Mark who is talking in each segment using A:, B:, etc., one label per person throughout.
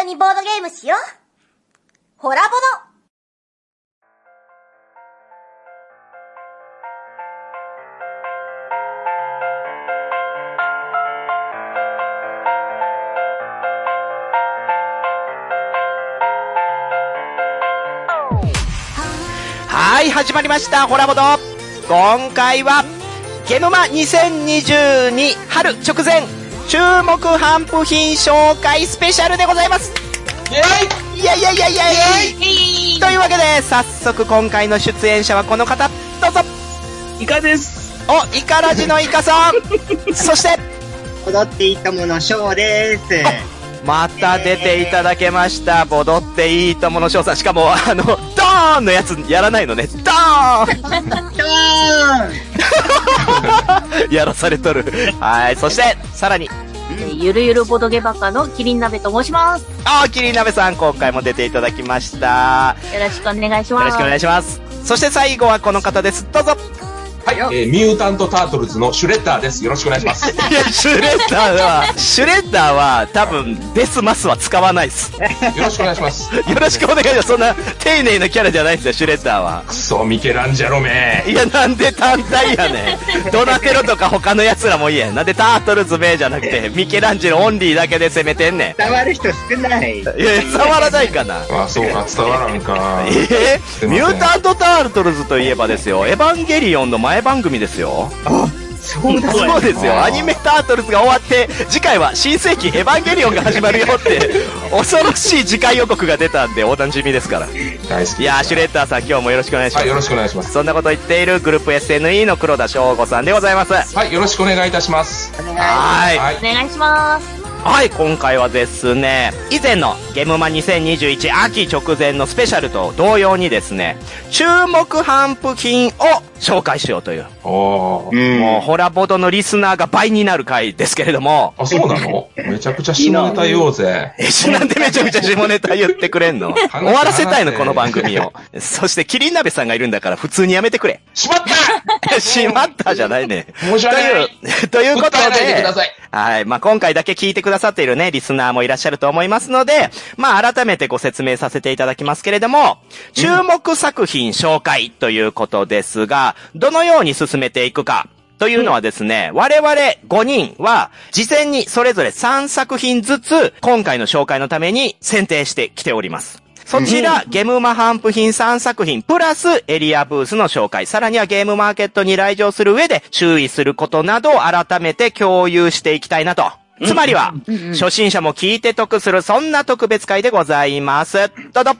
A: 緒にボードゲームしようホラボド
B: はい、始まりました、ホラボド。今回は、ゲノマ2022春直前、注目頒布品紹介スペシャルでございます。イェイいやいやいやいやいというわけで、早速今回の出演者はこの方、どうぞ
C: イカです。
B: お、イカラジのイカさん そして、
D: 踊っていいとものショーです。
B: また出ていただけました、ボドっていいともの翔さん。しかも、あの、ドーンのやつやらないのね。ドーン
D: ドー ン
B: やらされとる。はい。そして、さらに、
E: えーゆるゆるボドゲバカのキリン鍋と申します。
B: あー、キリン鍋さん、今回も出ていただきました。
E: よろしくお願いし
B: よ
E: ま
B: ろし
E: す。
B: くお願いします。そして最後はこの方です。どうぞ。
F: えーミュータント・タートルズのシュレッダーです。よろしくお願いします。
B: いや、シュレッダー は、シュレッダーは、多分、デスマスは使わないです。よ
F: よろしくお願いします。
B: ろしくお願いします。そんな、丁寧なキャラじゃないですよ、シュレッダーは。
F: クソ、ミケランジェロめ。
B: いや、なんで単体やねん。ドナテロとか他の奴らもいいやん。なんでタートルズ名じゃなくて、ミケランジェロオンリーだけで攻めてんね
D: 伝わる人少ない。
B: ん。いや、触らないかな。
F: あ、そうか、伝わらんか。
B: え
F: す
B: ー、
F: いま
B: ミ
F: せん
B: ュータント・タートルズといえばですよ、エヴァンゲリオンの前番組ですよ。
D: そうだ。
B: そうですよ、
F: あー
B: アニメタートルズが終わって、次回は新世紀エヴァンゲリオンが始まるよって、恐ろしい次回予告が出たんで、お楽しみですから。い
F: 大好き。
B: やー、シュレッダーさん、今日もよろしくお願いしま
F: は
B: す。
F: い、よろしくお願いします。
B: そんなこと言っているグループ SNE の黒田翔吾さんでございます。は
F: はい、よろしくお願いいたします。
B: ーい。
F: はい。
E: お願いします。
B: はい、今回はですね、以前のゲムマ2021秋直前のスペシャルと同様にですね、注目頒布品を紹介しようという、
D: う
F: おー。
D: ん。
B: もうホラボドのリスナーが倍になる回ですけれども、
F: あ、そうなのめちゃくちゃ下ネタ言おうぜ。
B: え、しなんでめちゃくちゃ下ネタ言ってくれんの終わらせたいの、この番組を。そして、キリン鍋さんがいるんだから普通にやめてくれ。
F: しまっ た
B: しまったじゃないね。
F: 申し訳ない
B: という、 ということ
F: 訴えないでく
B: で
F: ださい、
B: はい。まあ、今回だけ聞いてくださっているね、リスナーもいらっしゃると思いますので、まあ、改めてご説明させていただきますけれども、注目作品紹介ということですが、どのように進めていくか。というのはですね、我々5人は、事前にそれぞれ3作品ずつ、今回の紹介のために選定してきております。そちら、ゲムマハンプ品3作品、プラスエリアブースの紹介、さらにはゲームマーケットに来場する上で注意することなどを改めて共有していきたいなと。つまりは、初心者も聞いて得する、そんな特別会でございます。どうぞ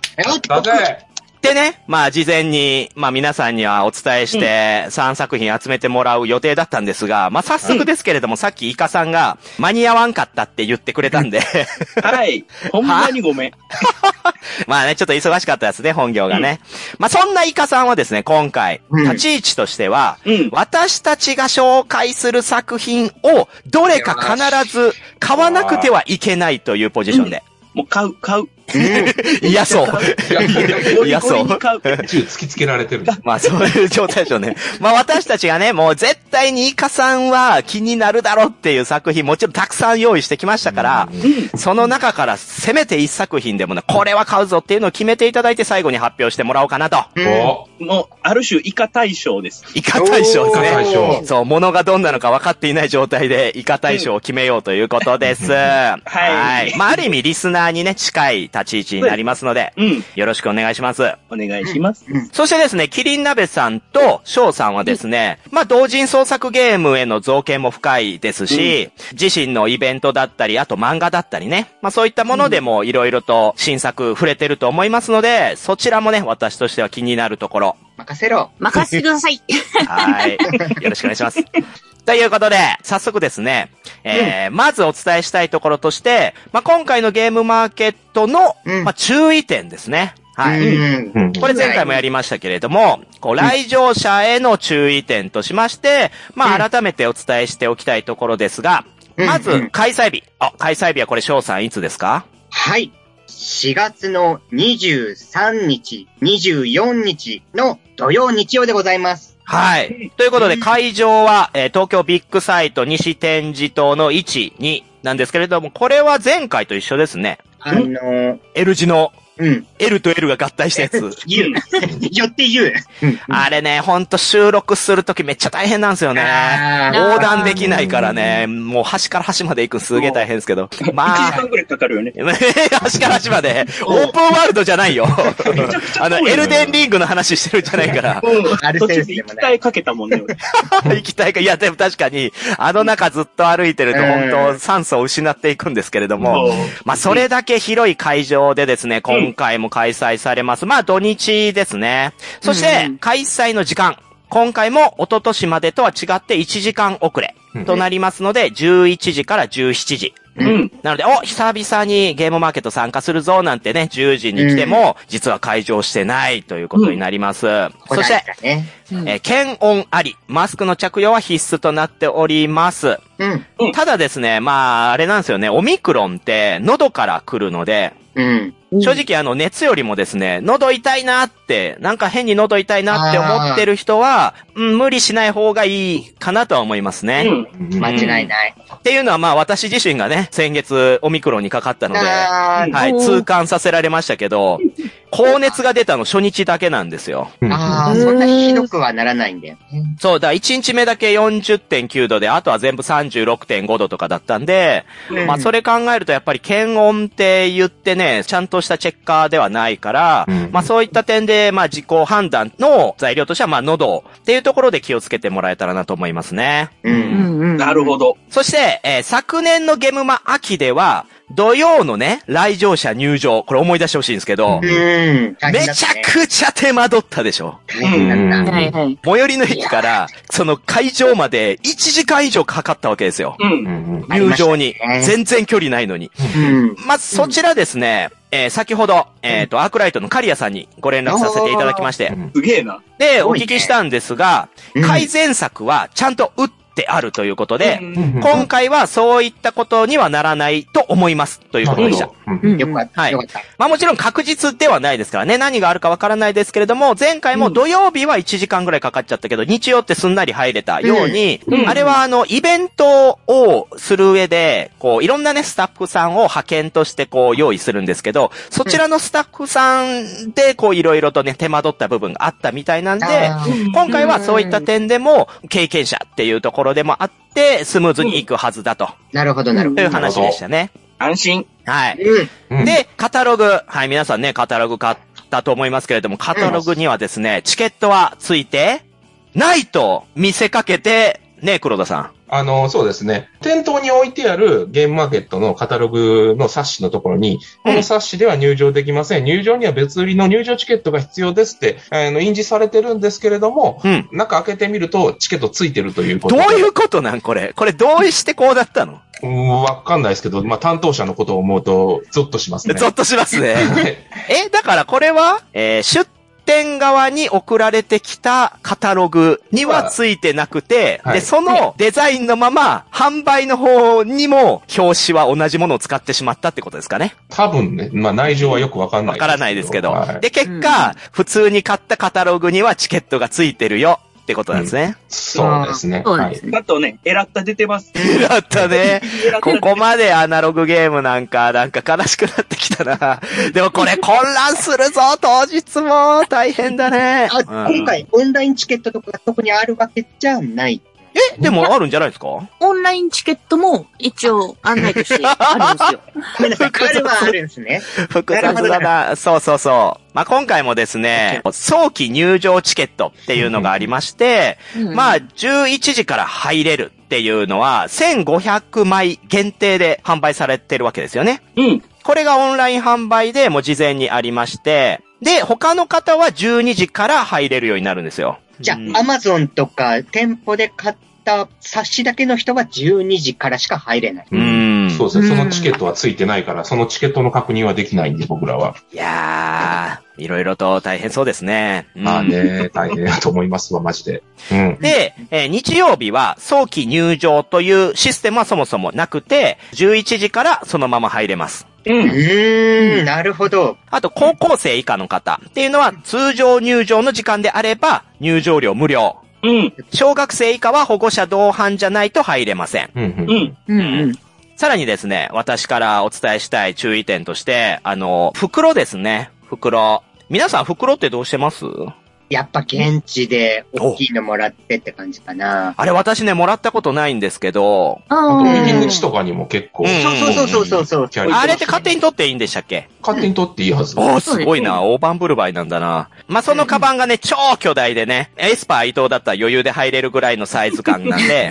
F: だぜ
B: でね、まあ事前に、まあ皆さんにはお伝えして、3作品集めてもらう予定だったんですが、まあ早速ですけれども、さっきイカさんが、間に合わんかったって言ってくれたんで、
C: はい。ほんまにごめん。
B: まあね、ちょっと忙しかったですね、本業がね。まあそんなイカさんはですね、今回、
D: うん
B: 立ち位置としては、
C: うん
B: 私たちが紹介する作品を、どれか必ず買わなくてはいけないというポジションで。
C: もう買う、買う。
B: 嫌そう。
F: いや、
C: ゴリ
B: 嫌
C: ゴ
B: そ
C: リ
B: う
C: に。買う。
F: 宙突きつけられてる。
B: まあそういう状態でしょうね。まあ私たちがね、もう絶対にイカさんは気になるだろうっていう作品もちろんたくさん用意してきましたから、その中からせめて一作品でもね、これは買うぞっていうのを決めていただいて最後に発表してもらおうかなと。
F: お
C: もう、ある種、イカ大賞です。
B: イカ大賞です
F: おーイカ大
B: ね
F: 賞。
B: そう、物がどんなのか分かっていない状態でイカ大賞を決めようということです。はいまあある意味リスナーにね、近い立ち位置になりますので、
C: うん。
B: よろしくお願いします。
C: お願いします。
B: そしてですね、キリン鍋さんと翔さんはですね、まあ、同人創作ゲームへの造形も深いですし、自身のイベントだったり、あと漫画だったりね、まあ、そういったものでもいろいろと新作触れてると思いますので、そちらもね、私としては気になるところ。
D: 任せろ。
E: 任せてください。
B: はい。よろしくお願いします。ということで、早速ですね、えーまずお伝えしたいところとして、まあ、今回のゲームマーケットの、
D: うん
B: まあ、注意点ですね。はい。
D: うん。
F: うん。
B: これ前回もやりましたけれども、こう、来場者への注意点としまして、まあ、改めてお伝えしておきたいところですが、
D: うん
B: ま
D: う
B: ず、
D: ん
B: 開催日。あ、開催日はこれ、翔さんいつですか
D: はい。4月の23日、24日の土曜日曜でございます。
B: はい。ということで、会場は、えー東京ビッグサイト西展示棟の1、2なんですけれども、これは前回と一緒ですね。
D: あの、
B: L 字の、
D: うん。
B: L と L が合体したやつ。
D: 言う。 よって言う。うん
B: あれね、ほんと収録するときめっちゃ大変なんですよね。
D: あー
B: 横断できないからね、もう端から端まで行くのすげえ大変ですけ ど。ま
C: 1時
B: あ
C: 間、くらいかかるよね。
B: 端から端まで、オープンワールドじゃ ないよ。あの、エルデンリングの話してるんじゃないから。
D: アル
C: 途
D: セウ
C: 中
D: ス
C: で
D: でも
C: 行き
D: な
C: た
D: い。
C: いかけたもんね、俺。
B: 行きたいか。いや、でも確かに、あの中ずっと歩いてると
D: うん
B: 本当酸素を失っていくんですけれども
C: うん、
B: まあそれだけ広い会場でですね、今回も開催されます。まあ土日ですね。そして、開催の時間。今回も一昨年までとは違って1時間遅れとなりますので、11時から17時。
C: うん。
B: なので、お、久々にゲームマーケット参加するぞ、なんてね、10時に来ても、実は会場してないということになります。そして、
D: ここなんかね。
B: えー検温あり、マスクの着用は必須となっております。
D: うん。
C: うん
B: ただですね、まあ、あれなんですよね、オミクロンって喉から来るので、
D: うん。
B: 正直あの熱よりもですね、喉痛いなって、なんか変に喉痛いなって思ってる人は、うん、無理しない方がいいかなとは思いますね。
C: うん。
F: うん
D: 間違いない。
B: っていうのはまあ私自身がね、先月オミクロンにかかったので、
D: あー
B: はい、
E: おー
B: 痛感させられましたけ ど、高熱が出たの初日だけなんですよ。
F: うん
D: あー、そんなにひどくはならないんだよね。
B: そう、だから1日目だけ40.9度で、あとは全部36.5度とかだったんで、
D: うん
B: まあそれ考えるとやっぱり検温って言ってね、ちゃんとしたチェッカーではないから、
F: うん
B: まあそういった点で、まあ自己判断の材料としては、まあ喉っていうところで気をつけてもらえたらなと思いますね。
D: うん。
C: なるほど。
B: そして、えー昨年のゲムマ秋では、土曜のね、来場者入場、これ思い出してほしいんですけど、
D: うん。大
B: め
D: 変だっ
B: ちゃ
D: たね
B: くちゃ手間取ったでしょ。
D: 大変だっ
F: うん
E: はいはい。
B: 最寄りの駅から、その会場まで1時間以上かかったわけですよ。
C: う。
F: うんん
B: 入場に
D: ありましたね。
B: 全然距離ないのに。
D: た。うん。
B: まあ、そちらですね、えー先ほど、えっと、アークライトのカリアさんにご連絡させていただきまして
F: う、ん
C: すげえな。
B: で、
D: す
B: お
D: ごいね
B: 聞きしたんですが、
D: うん
B: 改善策はちゃんと打ってあるということで、
C: うん
B: 今回はそういったことにはならないと思いますということでした。
F: うん
D: よかっ
B: は
D: た。
B: い
D: よかった。
B: まあもちろん確実ではないですからね。何があるかわからないですけれども、前回も土曜日は1時間ぐらいかかっちゃったけど、日曜ってすんなり入れたように、
C: うんうん
B: あれはあの、イベントをする上で、こう、いろんなね、スタッフさんを派遣としてこう、用意するんですけど、そちらのスタッフさんで、こう、いろいろとね、手間取った部分があったみたいなんで、
D: あー
B: 今回はそういった点でも、経験者っていうところでもあって、スムーズにいくはずだと、
D: なるほど、なるほ
B: とい
D: ど。
B: う話でしたね。
C: 安心。
B: はい。
D: うん。
F: うん
B: で、カタログ。はい、皆さんね、カタログ買ったと思いますけれども、カタログにはですね、チケットはついて、ないと見せかけて、ね、黒田さん。
F: あの、そうですね。店頭に置いてあるゲームマーケットのカタログの冊子のところに、この冊子では入場できません。入場には別売りの入場チケットが必要ですって、あの、印字されてるんですけれども、
B: うん。
F: 中開けてみるとチケットついてるというこ
B: ど
F: と
B: う
F: で。
B: いうことなんこれ。これ同意してこうだったの
F: うんわかんないですけど、まあ、担当者のことを思うと、ゾッとしますね。
B: ゾッとしますね。
F: はい
B: え、だからこれは、えー出店側に送られてきたカタログにはついてなくて、
F: はい
B: で、そのデザインのまま、販売の方にも、表紙は同じものを使ってしまったってことですかね。
F: 多分ね、まあ、内情はよくわかんない
B: わからないですけど。
F: はい
B: で、結果、普通に買ったカタログにはチケットがついてるよってことなんですね。
F: そうですね。
E: そうですね。
C: あとね、エラッタ出てます。
B: だったね。
C: エラッタ
B: こ
C: 出て
B: こまでアナログゲームなんか、なんか悲しくなってきたな。でもこれ混乱するぞ、当日も。大変だね。
D: あ、
B: うん
D: 今。回オンラインチケットとかがそこにあるわけじゃない。
B: え、でもあるんじゃないですか
E: オンラインチケットも一応案内としてあるんですよ。
D: ごめんなさい、あるはあるんですね。
B: 複雑
D: なる
B: だ
D: ほど
B: な。そうそうそう。まあ、今回もですね、早期入場チケットっていうのがありまして、まあ、11時から入れるっていうのは、1500枚限定で販売されてるわけですよね。
C: うん。
B: これがオンライン販売でもう事前にありまして、で、他の方は12時から入れるようになるんですよ。
D: じゃあ
B: うん、
D: アマゾンとか店舗で買った冊子だけの人は12時からしか入れない。
B: うーん。
F: そうですね。そのチケットはついてないから、そのチケットの確認はできないんで、僕らは。
B: いやー、いろいろと大変そうですね。うん
F: まあね、大変だと思いますわ、マジで。うん。
B: で、えー日曜日は早期入場というシステムはそもそもなくて、11時からそのまま入れます。
C: う。
D: うんーん、なるほど。
B: あと、高校生以下の方っていうのは通常入場の時間であれば入場料無料。
C: うん。
B: 小学生以下は保護者同伴じゃないと入れません。
F: うん、うん。
C: うん。
E: うんうん。
B: さらにですね、私からお伝えしたい注意点として、あの、袋ですね。袋。皆さん袋ってどうしてます
D: やっぱ現地で大きいのもらってって感じかな。
B: あれ私ね、もらったことないんですけど、
F: あと、
E: うん。
F: 入り口とかにも結構、
B: うん
D: そうそうそうそうそう。
F: キャリー
B: あれって勝手に取っていいんでしたっけ
F: 勝手に取っていいはず。
B: おー、すごいな。大盤振る舞いなんだな。まあ、そのカバンがね、超巨大でね、エスパー伊藤だったら余裕で入れるぐらいのサイズ感なん で、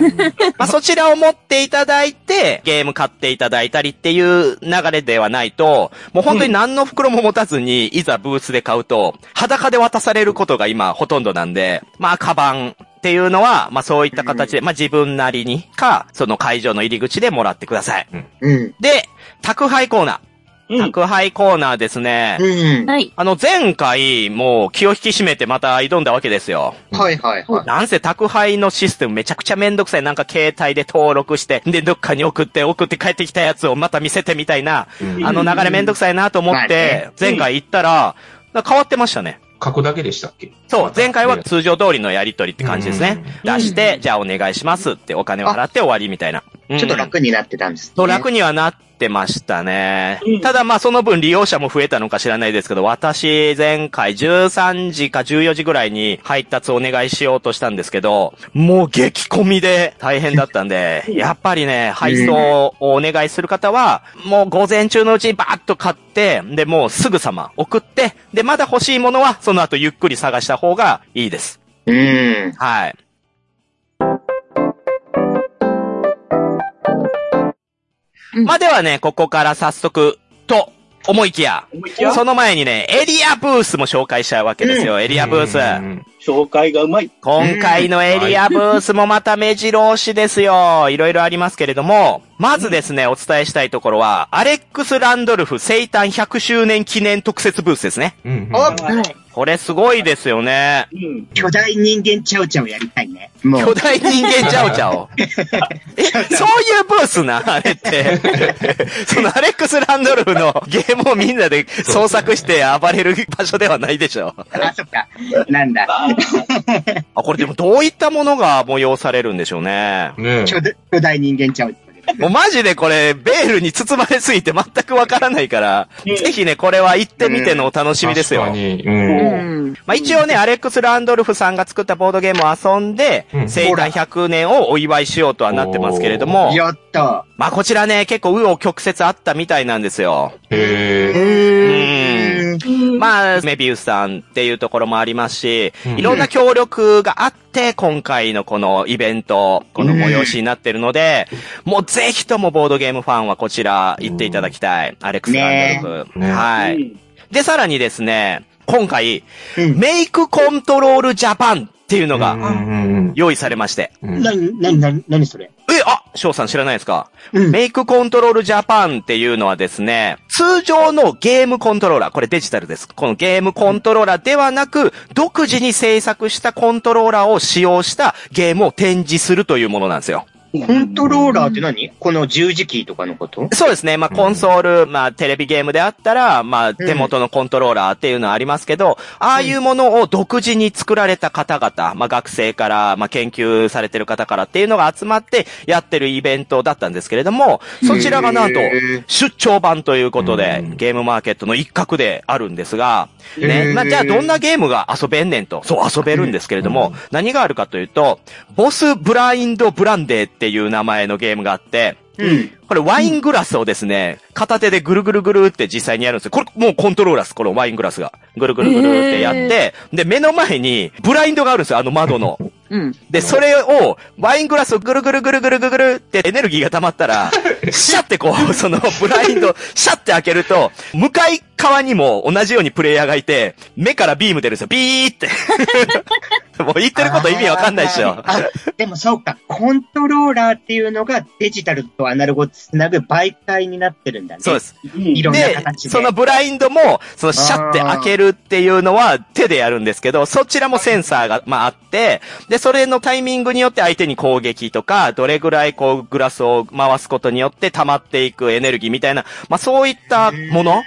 B: まあ、そちらを持っていただいて、ゲーム買っていただいたりっていう流れではないと、もう本当に何の袋も持たずに、いざブースで買うと、裸で渡されることが今ほとんどなんで、まあ、カバン、っていうのは、まあ、そういった形で、まあ、自分なりにか、その会場の入り口でもらってください。
D: うん。
B: で、宅配コーナ
C: う
B: ー。
C: ん。
B: 宅配コーナーですね。
D: うん。
E: はい。
B: あの、前回、もう気を引き締めてまた挑んだわけですよ。
D: はいはいはい。
B: なんせ宅配のシステムめちゃくちゃめんどくさい。なんか携帯で登録して、で、どっかに送って、送って帰ってきたやつをまた見せてみたいな、
F: うん
B: あの流れめんどくさいなと思っ
D: う
B: て、前回行ったら、なんか変わってましたね。
F: 書くだけでしたっけ
B: そう、前回は通常通りのやりとりって感じですね。出して、じゃあお願いしますってお金を払って終わりみたいな。
D: ちょっと
B: うん
D: 楽になってたんです、ね。
B: と楽にはなってましたね。
C: うん
B: ただまあその分利用者も増えたのか知らないですけど、私前回13時か14時ぐらいに配達お願いしようとしたんですけど、もう激混みで大変だったんで、 やっぱりね、配送をお願いする方は、もう午前中のうちにバーッと買って、でもうすぐさま送って、でまだ欲しいものはその後ゆっくり探した方がいいです。
D: うん。
B: はい。
E: うん
B: まあではね、ここから早速、と思いきや、
C: 思いきや
B: その前にね、エリアブースも紹介しちゃうわけですよ、エリアブース。
F: うん
C: 紹介がうまい。
B: 今回のエリアブースもまた目白押しですよ。いろいろありますけれども、まずですね、お伝えしたいところは、アレックス・ランドルフ生誕100周年記念特設ブースですね。
F: うんうん
D: お
B: これすごいですよね。
C: うん。
D: 巨大人間ちゃうちゃうやりたいね。も
B: 巨
D: う。
B: 大人間ちゃおちゃ お。え、そういうブースな、あれ って。そのアレックス・ランドルフのゲームをみんなで創作して暴れる場所ではないでしょ。
D: あ、そっか。なんだ。
C: あー
B: あ、これでもどういったものが催されるんでしょうね。
F: ねえ
D: 巨大巨大人間ちゃうちゃう。
B: もうマジでこれ、ベールに包まれすぎて全くわからないから、
C: うん
B: ぜひね、これは行ってみてのお楽しみですよ。
F: 確かに。うん。
E: うん。
B: まあ、一応ね、アレックス・ランドルフさんが作ったボードゲームを遊んで、
F: うん
B: 生誕100年をお祝いしようとはなってますけれども、
D: やった。
B: まあ、こちらね、結構、うお曲折あったみたいなんですよ。
F: へえ。
D: ーん。
B: まあ、メビウスさんっていうところもありますし
F: う、ん
B: いろんな協力があって、今回のこのイベント、この催しになってるので、もうぜひともボードゲームファンはこちら行っていただきたい。アレックス・ランドルフ。
F: ね
B: は
C: う
B: い。
C: ん
B: で、さらにですね、今回、
D: うん
B: メイクコントロールジャパンっていうの
F: う
B: が
F: んうん
B: 用意されまして。
F: うん
D: なに、なに、なに、なにそれ。
B: え、あ、翔さん知らないですか
D: うん。
B: メイクコントロールジャパンっていうのはですね、通常のゲームコントローラー、これデジタルです。このゲームコントローラーではなく、独自に制作したコントローラーを使用したゲームを展示するというものなんですよ。
D: コントローラーって何この十字キーとかのこと
B: そうですね。まあ、コンソール、まあ、テレビゲームであったら、まあ、手元のコントローラーっていうのはありますけど、ああいうものを独自に作られた方々、まあ、学生から、まあ、研究されてる方からっていうのが集まってやってるイベントだったんですけれども、そちらがなんと
D: へー、
B: 出張版ということで
F: う、ん
B: ゲームマーケットの一角であるんですが、
D: へ
B: ね、
D: ー
B: まあ、じゃあどんなゲームが遊べんねんと、そう遊べるんですけれども、何があるかというと、ボスブラインドブランデーっていう名前のゲームがあって、
D: うん。
B: これワイングラスをですね、片手でぐるぐるぐるって実際にやるんですよ。これもうコントローラーです、このワイングラスが。ぐるぐるぐるってやって、で、目の前にブラインドがあるんですよ、あの窓の。
E: うん。
B: で、それを、ワイングラスをぐるぐるぐるぐるぐるぐるってエネルギーが溜まった ら、シャってこう、 そのブラインド、シャって開けると、向かい側にも同じようにプレイヤーがいて、目からビーム出るんですよ。ビーって。 もう言ってること意味わかんないでしょ。
D: あー。あでもそうか、コントローラーっていうのがデジタルとアナログをつなぐ媒介になってるんだね。
B: そうです。
C: うん
D: いろんな
B: で
D: 形、で。
B: そのブラインドも、そのシャって開けるっていうのは手でやるんですけど、そちらもセンサーが、まああって、で、それのタイミングによって相手に攻撃とか、どれぐらいこうグラスを回すことによって溜まっていくエネルギーみたいな、まあそういったもの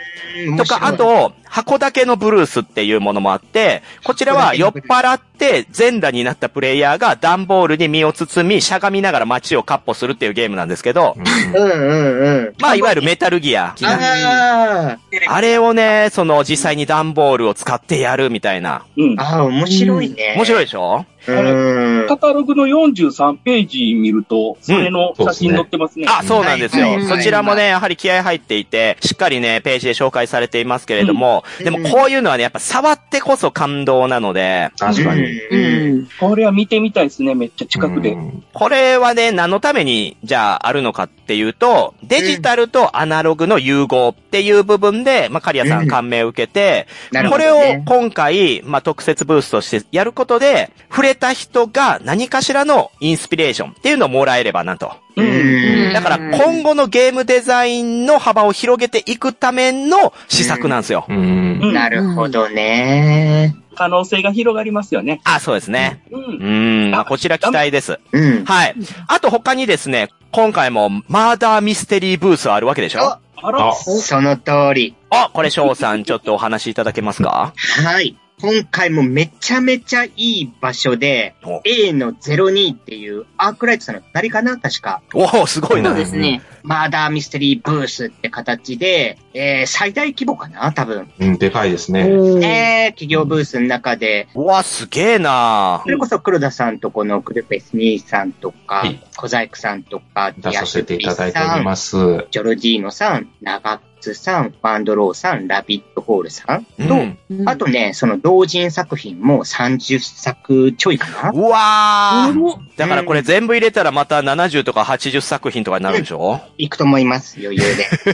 D: うん
B: とか、あ、と、箱館のブルースっていうものもあって、こちらは酔っ払って全裸になったプレイヤーが段ボールに身を包み、しゃがみながら街を割歩するっていうゲームなんですけど、
D: うんうんうん。
B: まあ、いわゆるメタルギア。
D: ああ、
B: あれをね、その実際に段ボールを使ってやるみたいな。
C: うん。
D: ああ、面白いね。
B: 面白い
D: い。
B: でしょ
D: うん。
C: カタログの43ページ見ると、それの写真載ってますね。
B: あ、そうなんですよ。
D: はいはいはい
B: そちらもね、やはり気合入っていて、しっかりね、ページで紹介されていますけれども、
D: うん
B: でもこういうのはね、やっぱ触ってこそ感動なので、
F: 確かに。
D: うん。
C: これは見てみたいですね、めっちゃ近くで。
F: うん
B: これはね、何のために、じゃあ、あるのかっていうと、デジタルとアナログの融合っていう部分で、まあ、カリアさ
D: うん
B: ん感銘を受けて、
D: なる
B: こ
D: ほ
B: れ
D: ど
B: を
D: ね。
B: 今回、まあ、特設ブースとしてやることで、触れた人が何かしらのインスピレーションっていうのをもらえればなと。
D: う
C: うん
D: ん。
B: だから今後のゲームデザインの幅を広げていくための施策なんですよ。
F: うん。
C: うん
D: なるほどね。
C: 可能性が広がりますよね。
B: あ、そうですね。
C: う。
B: うんん、まあ、こちら期待です。
D: うん。
B: はい。あと他にですね、今回もマーダーミステリーブースあるわけでしょ
D: あ
C: あら
F: あ、、
D: その通り。
B: あ、これ翔さんちょっとお話しいただけますか
D: はい。今回もめちゃめちゃいい場所で
B: お、
D: A の02っていうアークライトさんの隣かな確か。
B: おお、すごい
E: そう
B: な。
E: ですね。
D: マーダーミステリーブースって形で、えー、最大規模かな多分。
F: うん、でかいです
E: お
F: ね。
E: ー
D: えー、企業ブースの中で、
B: うわ、すげえな
D: それこそ黒田さんとこのクルペス兄さんとか
F: はい、
D: 小細工さんとか、
F: 出させていただいております。
D: ジョルジーノさん、長津さん、ワンドローさん、ラビットホールさん
B: うん
D: と、
E: うん
D: あとね、その同人作品も30作ちょいかな
B: うわー
E: おー
B: だからこれ全部入れたらまた70とか80作品とかになるでしょ、
D: いくと思います、余裕で。う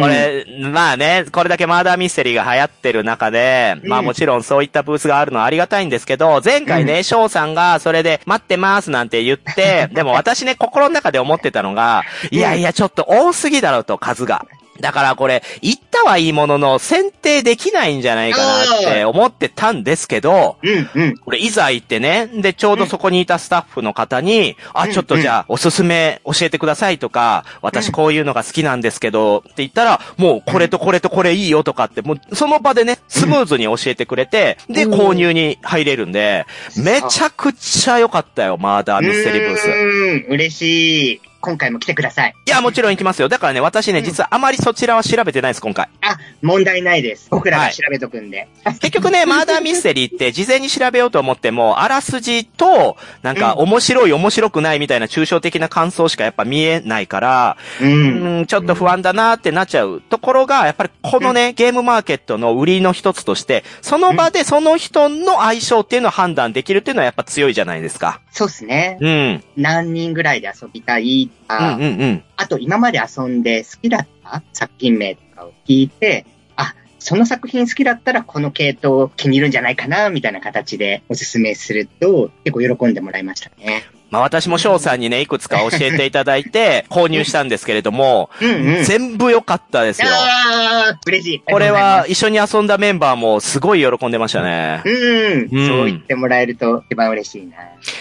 B: こ、れ、まあね、これだけマーダーミステリーが流行ってる中で、
D: うん
B: まあもちろんそういったブースがあるのはありがたいんですけど、前回ね、翔さんがそれで待ってますなんて言 って、でも私ね、心の中で思ってたのが、いやいや、ちょっと多すぎだろうと、数が。だからこれ、行ったはいいものの、選定できないんじゃないかなって思ってたんですけど、
D: うん、うん。
B: これいざ行ってね、で、ちょうどそこにいたスタッフの方に、あ、
D: うん
B: ちょっとじゃあ、おすすめ教えてくださいとか、私こういうのが好きなんですけど、って言ったら、もうこれとこれとこれいいよとかって、もうその場でね、スムーズに教えてくれて、で、
E: うん
B: 購入に入れるんで、めちゃくちゃ良かったよ、マーダーミステリーブース。
D: うーん、嬉しい。今回も来てください。
B: いや、もちろん行きますよ。だからね、私ね、
D: うん
B: 実はあまりそちらは調べてないです、今回。
D: あ、問題ないです。僕らが調べとくんで。
B: 結局 ね、マーダーミステリーって事前に調べようと思っても、あらすじと、なんか
D: うん
B: 面白い面白くないみたいな抽象的な感想しかやっぱ見えないから、
D: う。
B: うんん、ちょっと不安だなってなっちゃうところが、やっぱりこのね、ゲームマーケットの売りの一つとして、その場でその人の相性っていうのを判断できるっていうのはやっぱ強いじゃないですか。
D: そうっすね。
B: うん、
D: 何人ぐらいで遊びたい
B: うん、う
D: あ,、
B: ん、うん。
D: あと、今まで遊んで好きだった作品名とかを聞いて、あ、その作品好きだったらこの系統を気に入るんじゃないかな、みたいな形でおすすめすると、結構喜んでもらいましたね。
B: まあ私も翔さんにね、いくつか教えていただい て、購入したんですけれども、
D: うんうん。
B: 全部良かったですよ。
D: あー嬉しい。
B: これ
D: あ
B: は一緒に遊んだメンバーもすごい喜んでましたね。
D: りがとうございます、うん、
B: うん
D: そう言ってもらえると一番嬉しいな。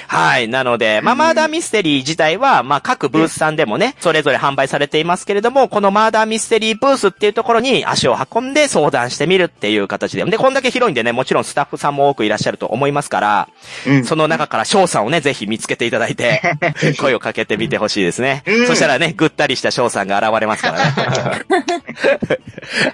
B: はい。なので、まあ、マーダーミステリー自体は、まあ、各ブースさんでもね、それぞれ販売されていますけれども、このマーダーミステリーブースっていうところに足を運んで相談してみるっていう形で。で、こんだけ広いんでね、もちろんスタッフさんも多くいらっしゃると思いますから、
D: うん。
B: その中から翔さんをね、ぜひ見つけていただい て、声をかけてみてほしいですね。
D: うん
B: そしたらね、ぐったりした翔さんが現れますからね。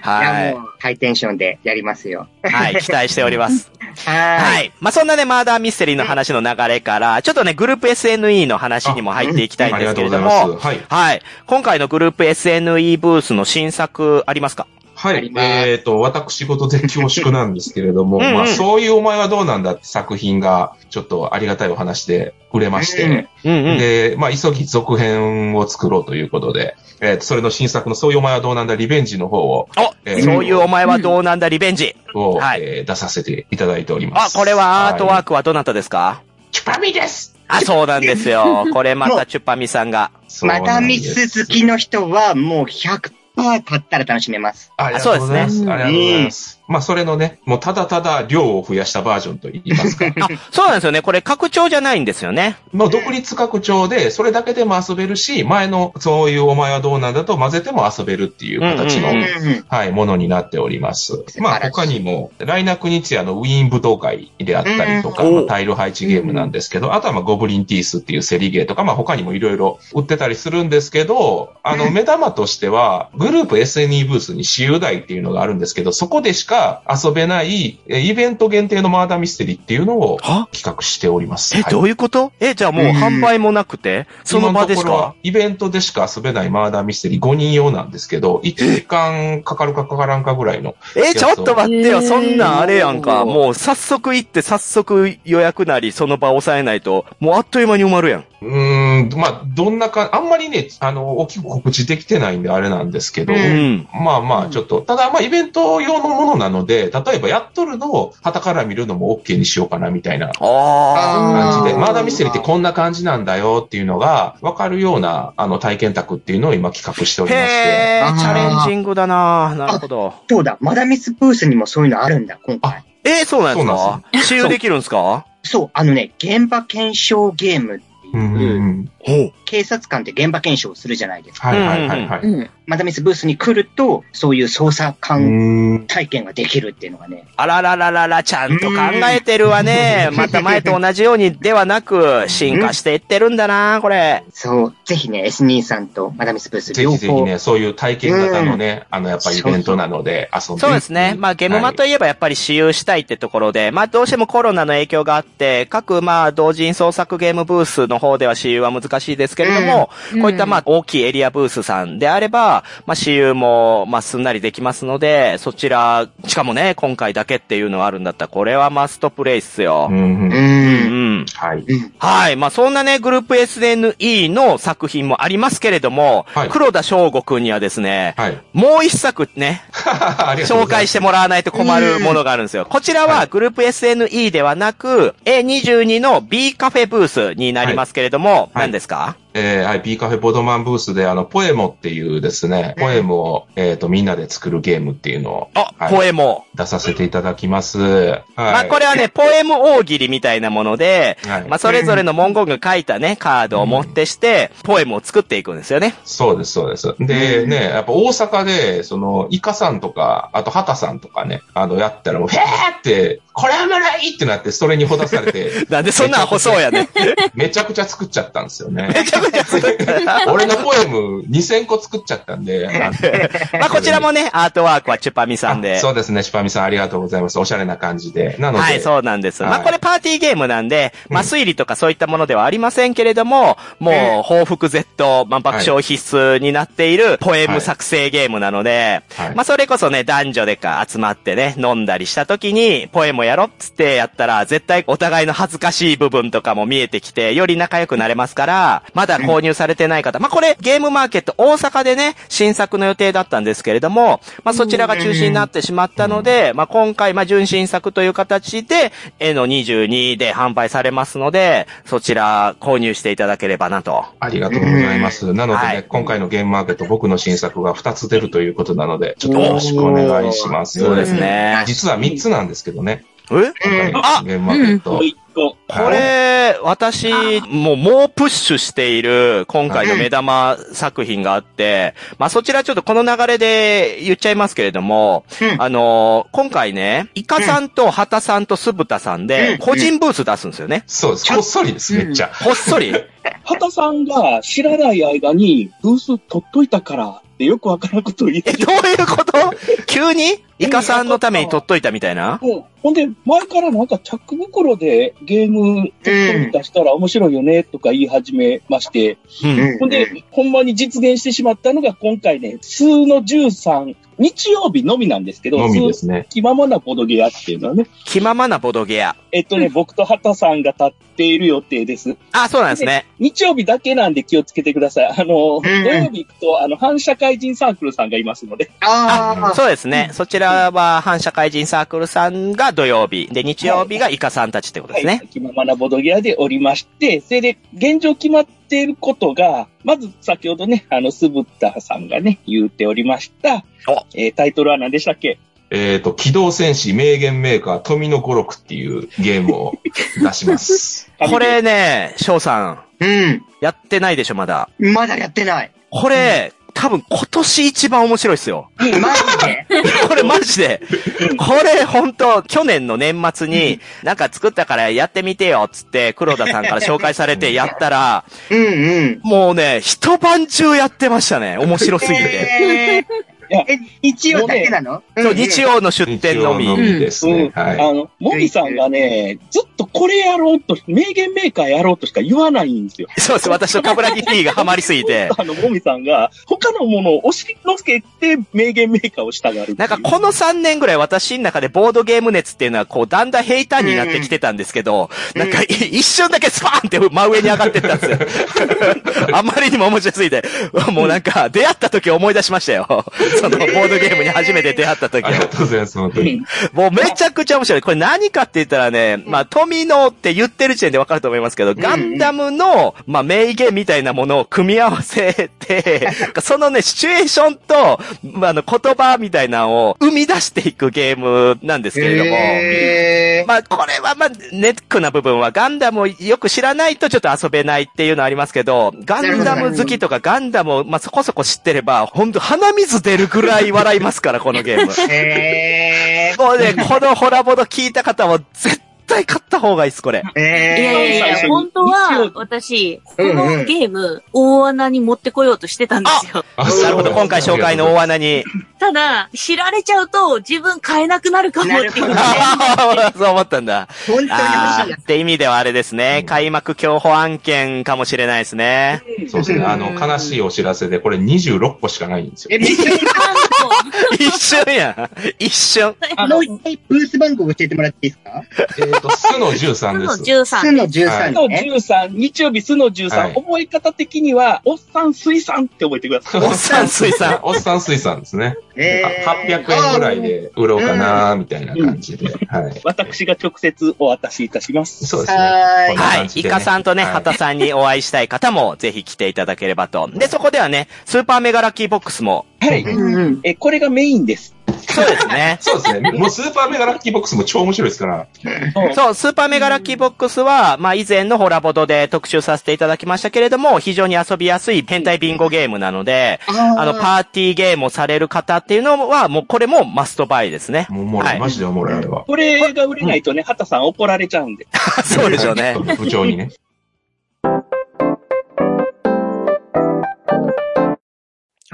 B: はい
D: や
B: い
D: も。う、ハイテンションでやりますよ。
B: はい。期待しております。
D: は
B: は
D: ーい。
B: い。まあ、そんなね、マーダーミステリーの話の流れから、ちょっとね、グループ SNE の話にも入っていきたいん
F: あ
B: で
F: り
B: す
F: がと
B: け
F: うご
B: れ
F: ざ
B: ど
F: います。
B: も、
F: はい。
B: はい。今回のグループ SNE ブースの新作ありますか
F: は
D: あ
F: い
D: り。ます
F: えっ、と、私事で恐縮なんですけれど も、
B: うんうん
F: まあ、そういうお前はどうなんだって作品が、ちょっとありがたいお話で売れまして、
B: うんうん。
F: で、まあ、急ぎ続編を作ろうということで、えーと、それの新作のそういうお前はどうなんだリベンジの方を、
B: お、
F: えー
B: そういうお前はどうなんだリベンジ。
F: を、
B: はい
F: えー出させていただいておりま
B: あ、
F: す。
B: これはアートワー
F: ク。
B: クはどなたですか
F: チュパミです
B: あ、そうなんですよ。これまたチュッパミさんが。
D: またミス好き
F: の。
D: の人はもう100%買ったら楽しめます。
F: ありがとうございます。
B: あそうです
E: ね
F: ありがとうございます。まあ、それのね、もうただただ量を増やしたバージョンと言い ますか。
B: あ、そうなんですよね。これ拡張じゃないんですよね。
F: まあ、独立拡張で、それだけでも遊べるし、前の、そういうお前はどうなんだと混ぜても遊べるっていう形の、
B: うんうん
D: うん
F: はい、ものになっております。まあ、他にも、ライナクニツヤのウィーン武道会であったりとか、
B: うん
F: まあタイル配置ゲームなんですけど、あとはまあ、ゴブリンティースっていうセリゲーとか、まあ、他にもいろいろ売ってたりするんですけど、あの、目玉としては、グループ SNE ブースに私有台っていうのがあるんですけど、そこでしか遊べない、えイベント限定のマーダーミステリーっていうのを
B: は
F: 企画しております。
B: え、
F: はい
B: どういうことえ、じゃあもう販売もなくて、その場でし
F: 今ところは
B: か。
F: イベントでしか遊べないマーダーミステリー5人用なんですけど、1時間かかるかかからんかぐらいの。
B: え、ちょっと待って
E: へ
B: よ。
E: ー
B: そんなんあれやんか。もう早速行って早速予約なりその場押さえないと、もうあっという間に埋まるやん。
F: うーん、まあ、どんなか、あんまりね、あの、大きく告知できてないんであれなんですけど、
D: うん
B: うん。
F: まあまあ、ちょっと、ただまあ、イベント用のものなので、例えばやっとるのを、旗から見るのも OK にしようかな、みたいな
B: ああ。
F: 感じで、
D: あー
F: マーダーミステリーってこんな感じなんだよっていうのが、わかるような、あの、体験卓っていうのを今企画しておりまして。
B: へ
D: あ
B: え、
D: ー
B: チャレンジングだななるほど。
D: そうだ、マダミスブースにもそういうのあるんだ、今回。
B: え、そうなんです
F: そうな
B: か使用できるんですか
D: そう、あのね、現場検証ゲームっていう、
F: うんうんうん。
B: ほう。
D: 警察官って現場検証をするじゃないですか。
F: はいはいはいはい。
E: うん。
D: マダミスブースに来ると、そういう捜査官
F: うーん
D: 体験ができるっていうのがね、
B: あららららら、ちゃんと考えてるわね。また前と同じようにではなく、進化していってるんだなこれ。
D: そう、ぜひね、S2 さんとマダミスブース
F: ぜ
D: 両
F: ひ
D: 方。
F: ぜひね、そういう体験型のね、あの、やっぱりイベントなので、遊んで
B: そうですね。まあ、ゲームマといえばやっぱり私有したいってところで、まあ、どうしてもコロナの影響があって、各、まあ、同人創作ゲームブースの方では私有は難しいですけれども、
E: うん
B: こういった、まあ、大きいエリアブースさんであれば、まあ、私有も、まあ、すんなりできますので、そちら、しかもね、今回だけっていうのはあるんだったら、これはマストプレイっすよ。
F: はいうん
D: う。
F: うん。
B: うんん。
F: はい。
D: うん。
B: はい。まあ、そんなね、グループ SNE の作品もありますけれども、
F: はい
B: 黒田翔吾くんにはですね、
F: はい。
B: もう一作ね、
F: ありがとうご
B: 紹
F: ざ
B: 介
F: います
B: してもらわないと困るものがあるんですよ。こちら
F: は
B: はいグループ SNE ではなく、A22 の B カフェブースになりますけれども、
F: いはい
B: 何ですか
F: えーはい、B カフェボードマンブースで、あの、ポエモっていうですね、ポエムを、えっと、みんなで作るゲームっていうのを
B: あ、
F: はい
B: ポエモ。
F: 出させていただきます。はい。
B: まあ、これはね、ポエム大喜利みたいなもので、
F: はい
B: まあ、それぞれの文言が書いたね、カードを持ってして、ポエムを作っていくんですよね。
F: そうです、そうです。で、ね、やっぱ大阪で、その、イカさんとか、あと、ハタさんとかね、あの、やったらもう、へーって、これは無いってなって、それにほだされ て、
B: なんでそんなん細そうやねん。
F: めちゃくちゃ作っちゃったんですよね。
B: めちゃくちゃ作った。
F: 俺のポエム2000個作っちゃったん で。
B: まあ、こちらもね、アートワークはチュパミさんで。
F: そうですね、シュパミさんありがとうございます。おしゃれな感じで。なので。
B: はい、そうなんです。まあ、
F: はい
B: これパーティーゲームなんで、まあ、推理とかそういったものではありませんけれども、もう、報復 Z、まあ、爆笑必須になっているポエム作成ゲームなので、
F: はい
B: まあ、それこそね、男女でか集まってね、飲んだりした時に、ポエムやろっつってやったら、絶対お互いの恥ずかしい部分とかも見えてきて、より仲良くなれますから、まだ購入されてない方、まあ、これ、ゲームマーケット大阪でね、新作の予定だったんですけれども、まあ、そちらが中止になってしまったので、まあ、今回、まあ、純新作という形で、絵の22で販売されますので、そちら購入していただければなと。
F: ありがとうございます。なのでね、
B: はい
F: 今回のゲームマーケット、僕の新作が2つ出るということなので、ちょっとよろしくお願いします。
B: そうですね。
F: 実は3つなんですけどね。
B: え
F: 今回の
B: あ
F: ゲームマーケット。
C: もう一個。
B: これ、私、もう、もうプッシュしている、今回の目玉作品があって、まあ、そちらちょっとこの流れで言っちゃいますけれども、
D: うん
B: あのー今回ね、イカさんとハタさんとスブタさん
D: う
B: で
D: ん、
B: 個人ブース出すんですよね。
F: そうです。こっそりです、めっちゃ。
B: ほっそ り。
C: 畑さんが知らない間にブース取っといたからってよくわからんこと言っ
B: え、
C: て
B: どういうこと急にイカさんのために取っといたみたいな
C: うんほんで、前からなんかチャック袋でゲーム
D: うん
C: 出したら面白いよねとか言い始めまして、
B: う。
D: うんん。
C: ほんで、ほんまに実現してしまったのが今回ね、数の13、日曜日のみなんですけど、
F: のみで
C: 数
F: すね。
C: 気ままなボドゲアっていうのはね、
B: 気ままなボドゲや。
C: えっとね、僕と畑さんが立っている予定です。
B: あ、そうなんですね。
C: 日曜日だけなんで気をつけてください。あの、土曜日行くと、あの、反社会人サークルさんがいますので、
D: あ
B: そうですね。そちらは反社会人サークルさんが土曜日。で、日曜日がイカさんたちってことです
C: は
B: ね。
C: い。気ままなボドギアでおりまして、それで、現状決まっていることが、まず先ほどね、あの、スブッターさんがね、言っておりました
B: お、
C: えータイトルは何でしたっけ
F: えっ、と、機動戦士名言メーカー富の五六っていうゲームを出します。
B: これね、翔さん、
D: うん。
B: やってないでしょ、まだ。
D: まだやってない。
B: これ、多分今年一番面白いっすよ。
D: マジ で
B: これマジで。これ本当去年の年末に、なんか作ったからやってみてよ、つって、黒田さんから紹介されてやったら、
D: うんうん。
B: もうね、一晩中やってましたね。面白すぎて。
D: え
C: いや
D: ー、え、日曜だけなの
B: そう日。曜の 出
F: 日
B: 店の
F: 曜
B: み
F: の。みです
C: う
F: ね。
C: ん、
F: はい。
C: あの、モリさんがね、ずっとこれやろうと、名言メーカーやろうとしか言わないんですよ。
B: そうです。私とカブラギ P がハマりすぎて。
C: あの、モミさんが、他のものを押しのけて名言メーカーをしたがるっていう。
B: なんかこの3年ぐらい私の中でボードゲーム熱っていうのはこうだんだん平坦になってきてたんですけど、
D: うん
B: なんかい一瞬だけスパーンって真上に上がってったんですよ。あまりにも面白すぎて、もうなんか出会った時思い出しましたよ。そのボードゲームに初めて出会った時を
F: ありがとうございます、本当に。
B: もうめちゃくちゃ面白い。これ何かって言ったらね、まあ、富野って言ってる時点でわかると思いますけど、ガンダムの、まあ、名言みたいなものを組み合わせて、そのね、シチュエーションと、まあ、あの、言葉みたいなのを生み出していくゲームなんですけれども、
D: えー
B: まあ、これはまあ、ネックな部分は、ガンダムをよく知らないとちょっと遊べないっていうのありますけど、ガンダム好きとかガンダムを、まあ、そこそこ知ってれば、ほんと鼻水出るぐらい笑いますから、このゲ ーム。
D: え
B: もうね、このホラボド聞いた方は絶対買った方がいいです、こ れ。
D: ーえー
E: いやいやいや、本当
C: 日
E: は
C: 曜、
E: 私、こ
D: うんうん
E: のゲーム、大穴に持ってこようとしてたんですよ。
F: あ
B: なるほど、今回紹介の大穴に。
E: ただ、知られちゃうと、自分買えなくなるかもっていうので
D: なるほど
B: ああ、そう思ったん だ。
D: 本当に欲
B: あ
D: しい
B: あ
D: や、
B: って意味ではあれですね。開幕競歩案件かもしれないです ね。
F: そうですね。あの、悲しいお知らせで、これ26個しかないんですよ。
D: え、めっち
B: 一瞬やん。一瞬。
D: ゃ、もう一回ブース番号教えてもらっていいですか
F: えっ、と、巣の13
E: の
F: です。
E: 13
D: 巣の13
C: 巣
D: の
C: の
D: ね。
C: 13、日曜日巣の13、
F: はい
C: 覚え方的には、おっさん水産って覚えてください。
B: おっさん水産。
F: おっさん水産ですね。
D: えー
F: あ800円ぐらい。で売ろうかなーみたいな感じで。はい。
C: 私が直接お渡しいたします。
F: そうですね。
D: はーい
F: こんな
B: は
F: 感
B: い。
F: じ
B: イ
F: でね
B: カさんとね、
F: はい
B: ハタさんにお会いしたい方も、ぜひ来ていただければと。で、そこではね、スーパーメガラッキーボックスも。
C: はい。 え、これがメインです。
B: そうです ね。
F: そうですね。もうスーパーメガラッキーボックスも超面白いですから。
B: そう、スーパーメガラッキーボックスは、まあ以前のホラボドで特集させていただきましたけれども、非常に遊びやすい変態ビンゴゲームなので、あの、パーティーゲームをされる方っていうのは、もうこれもマストバイです ね。
F: もうおもろ
B: はい
F: い。マジでおもろい、あれは。
C: これが売れないとね、畑さん怒られちゃうんで。
B: そうでしょうね。。
F: 部長にね。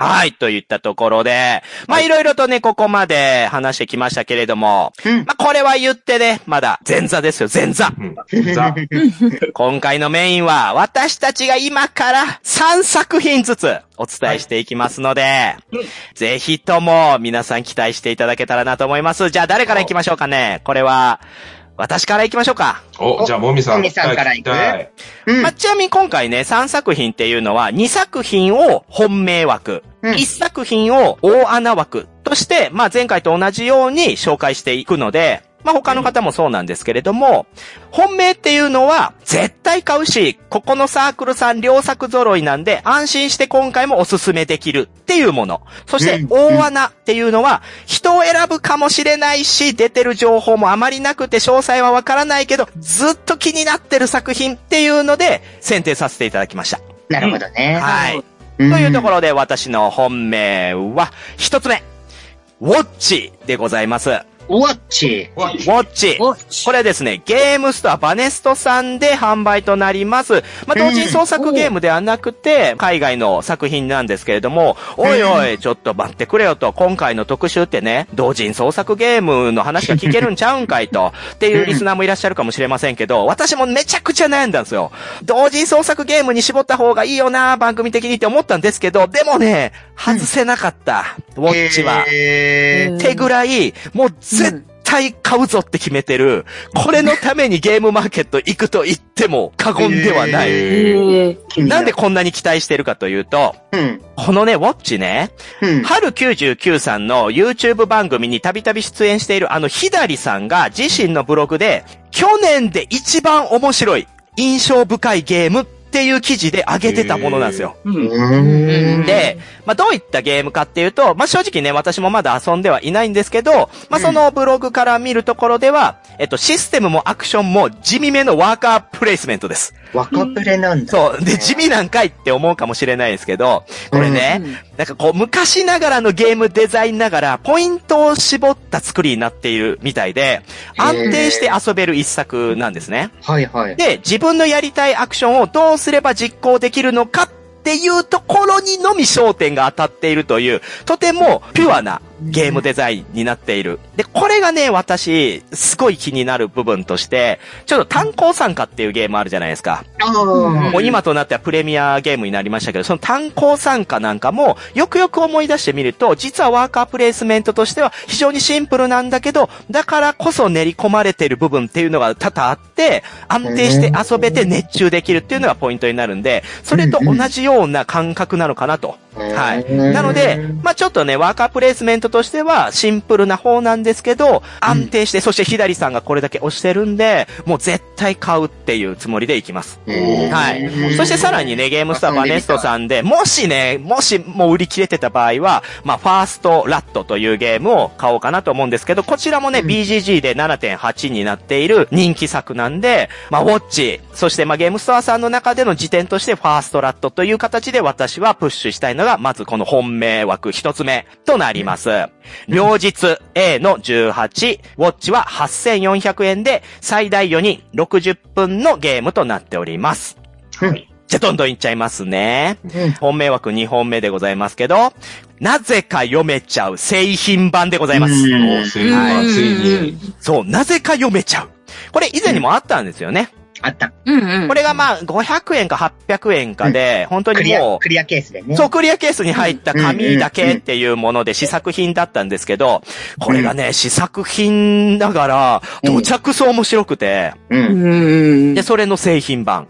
B: はい、といったところで、まあいろいろとね、ここまで話してきましたけれども、
D: うん
B: まあこれは言ってね、まだ前座ですよ、前座。
F: うん。ザ。
B: 今回のメインは、私たちが今から3作品ずつお伝えしていきますので、ぜひとも皆さん期待していただけたらなと思います。じゃあ誰から行きましょうかねこれは、私から行きましょうか。
F: お、じゃあ、もみさん。
D: もみさんから行く
F: 聞きたい
D: うん
B: まあ、ちなみに今回ね、3作品っていうのは、2作品を本命枠、
D: うん
B: 1作品を大穴枠として、まあ、前回と同じように紹介していくので、まあ、他の方もそうなんですけれども、本命っていうのは、絶対買うし、ここのサークルさん両作揃いなんで、安心して今回もおすすめできるっていうもの。そして、
D: うん
B: 大穴っていうのは、人を選ぶかもしれないし、出てる情報もあまりなくて詳細はわからないけど、ずっと気になってる作品っていうので、選定させていただきました。
D: なるほどね。
B: はい。と
D: と
B: いうところで、私の本命は、一つ目。ウォッチでございます。ウ
D: ろ。ウォッチ。
F: わ
B: ォッチ。
E: を、
B: これはですね、ゲームストアバネストさんで販売となります。まあ、同時に創作ゲームではなくて、海外の作品なんですけれども、おいおい、ちょっと待ってくれよと、今回の特集ってね、同時に創作ゲームの話が聞けるんちゃうんかいと、っていうリスナーもいらっしゃるかもしれませんけど、私もめちゃくちゃ悩んだんですよ。同時創作ゲームに絞った方がいいよな、番組的にって思ったんですけど、でもね、外せなかった。ウォッチは。
D: え
B: ってぐらい、もう絶対買うぞって決めてる。これのためにゲームマーケット行くと言っても過言ではない。
F: え
D: ー
B: なんでこんなに期待してるかというと、
D: うん。
B: このね、ウォッチね、
D: うん。
B: 春99さんの YouTube 番組にたびたび出演しているあのひだりさんが自身のブログで、去年で一番面白い、印象深いゲームっっていう記事で上げてたものなんですよ。
C: うん。
D: うん。
B: で、まあ、どういったゲームかっていうと、まあ、正直ね、私もまだ遊んではいないんですけど、まあ、そのブログから見るところでは、えっと、システムもアクションも地味めのワーカープレイスメントです。
D: 若プレなんだ。
B: そう。で、地味なんかいって思うかもしれないですけど、これね、なんかこう、昔ながらのゲームデザインながら、ポイントを絞った作りになっているみたいで、安定して遊べる一作なんですね。
D: はいはい。
B: で、自分のやりたいアクションをどうすれば実行できるのかっていうところにのみ焦点が当たっているという、とてもピュアなゲームデザインになっている。で、これがね、私、すごい気になる部分として、ちょっと炭鉱参加っていうゲームあるじゃないですか。
D: あー
B: もう今となってはプレミアゲームになりましたけど、その炭鉱参加なんかも、よくよく思い出してみると、実はワーカープレイスメントとしては非常にシンプルなんだけど、だからこそ練り込まれてる部分っていうのが多々あって、安定して遊べて熱中できるっていうのがポイントになるんで、それと同じような感覚なのかなと。はい。なので、まあちょっとね、ワーカープレイスメントとしてはシンプルな方なんですけど、安定して、そしてひだりさんがこれだけ押してるんで、もう絶対買うっていうつもりでいきます。はい。そしてさらにね、ゲームスターバネストさんで、もしね、もしもう売り切れてた場合は、まあ、ファーストラットというゲームを買おうかなと思うんですけど、こちらもね、BGG で7.8になっている人気作なんで、まあ、ウォッチ、そしてまあ、ゲームストアさんの中での時点としてファーストラットという形で私はプッシュしたいのが、まずこの本命枠一つ目となります。両日 A の18、ウォッチは8400円で、最大4人60分のゲームとなっております。
D: はい。
B: じゃ、どんどんいっちゃいますね。
D: うん
B: 本命枠2本目でございますけど、なぜか読めちゃう製品版でございます。
D: うん
F: ついに、ついに。
B: そう、なぜか読めちゃう。これ以前にもあったんですよね。
D: あった。
E: うんうん。
B: これがまあ、500円か800円かで、本当
D: ク
B: に
D: リ
B: も
D: ア、
B: う、
D: クリアケースでね。
B: そう、クリアケースに入った紙だけっていうもので試作品だったんですけど、これがね、試作品ながら、
D: うん
B: 土着層面白くて、
D: う。
E: うんん
B: で、それの製品版。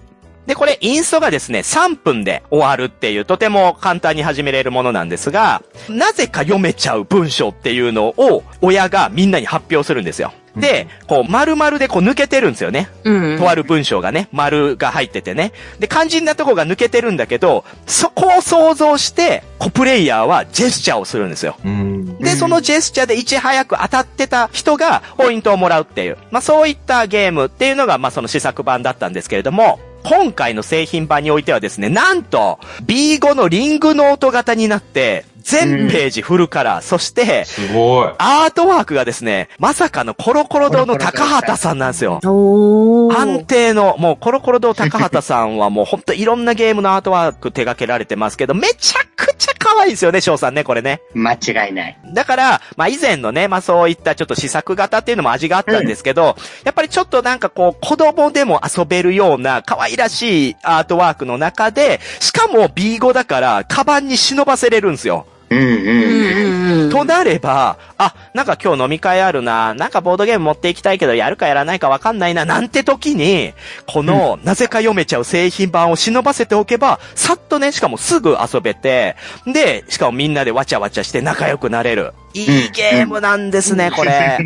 B: で、これ、インストがですね、3分で終わるっていう、とても簡単に始めれるものなんですが、なぜか読めちゃう文章っていうのを、親がみんなに発表するんですよ。で、こう、丸々でこう抜けてるんですよね。
E: うん。
B: とある文章がね、丸が入っててね。で、肝心なとこが抜けてるんだけど、そこを想像して、コプレイヤーはジェスチャーをするんですよ。
F: うん。
B: で、そのジェスチャーでいち早く当たってた人がポイントをもらうっていう。まあ、そういったゲームっていうのが、まあ、その試作版だったんですけれども、今回の製品版においてはですね、なんと、B5 のリングノート型になって、全ページフルカラー、そして、
F: すごい。
B: アートワークがですね、まさかのコロコロ堂の高畑さんなんですよ。
E: お
B: 安
E: ー。
B: 定の、もうコロコロ堂高畑さんはもうほんといろんなゲームのアートワーク手掛けられてますけど、めちゃくちゃ可愛いですよね、翔さんね、これね。
D: 間違いない。
B: だから、まあ以前のね、まあそういったちょっと試作型っていうのも味があったんですけど、やっぱりちょっとなんかこう、子供でも遊べるような可愛らしいアートワークの中で、しかも B5 だから、カバンに忍ばせれるんですよ。
D: うん
E: うん
D: うん。
E: うんうん。
B: となれば、あ、なんか今日飲み会あるな、なんかボードゲーム持っていきたいけど、やるかやらないかわかんないな、なんて時に、この、なぜか読めちゃう製品版を忍ばせておけば、さっとね、しかもすぐ遊べて、で、しかもみんなでわちゃわちゃして仲良くなれる。いいゲームなんですね、これ。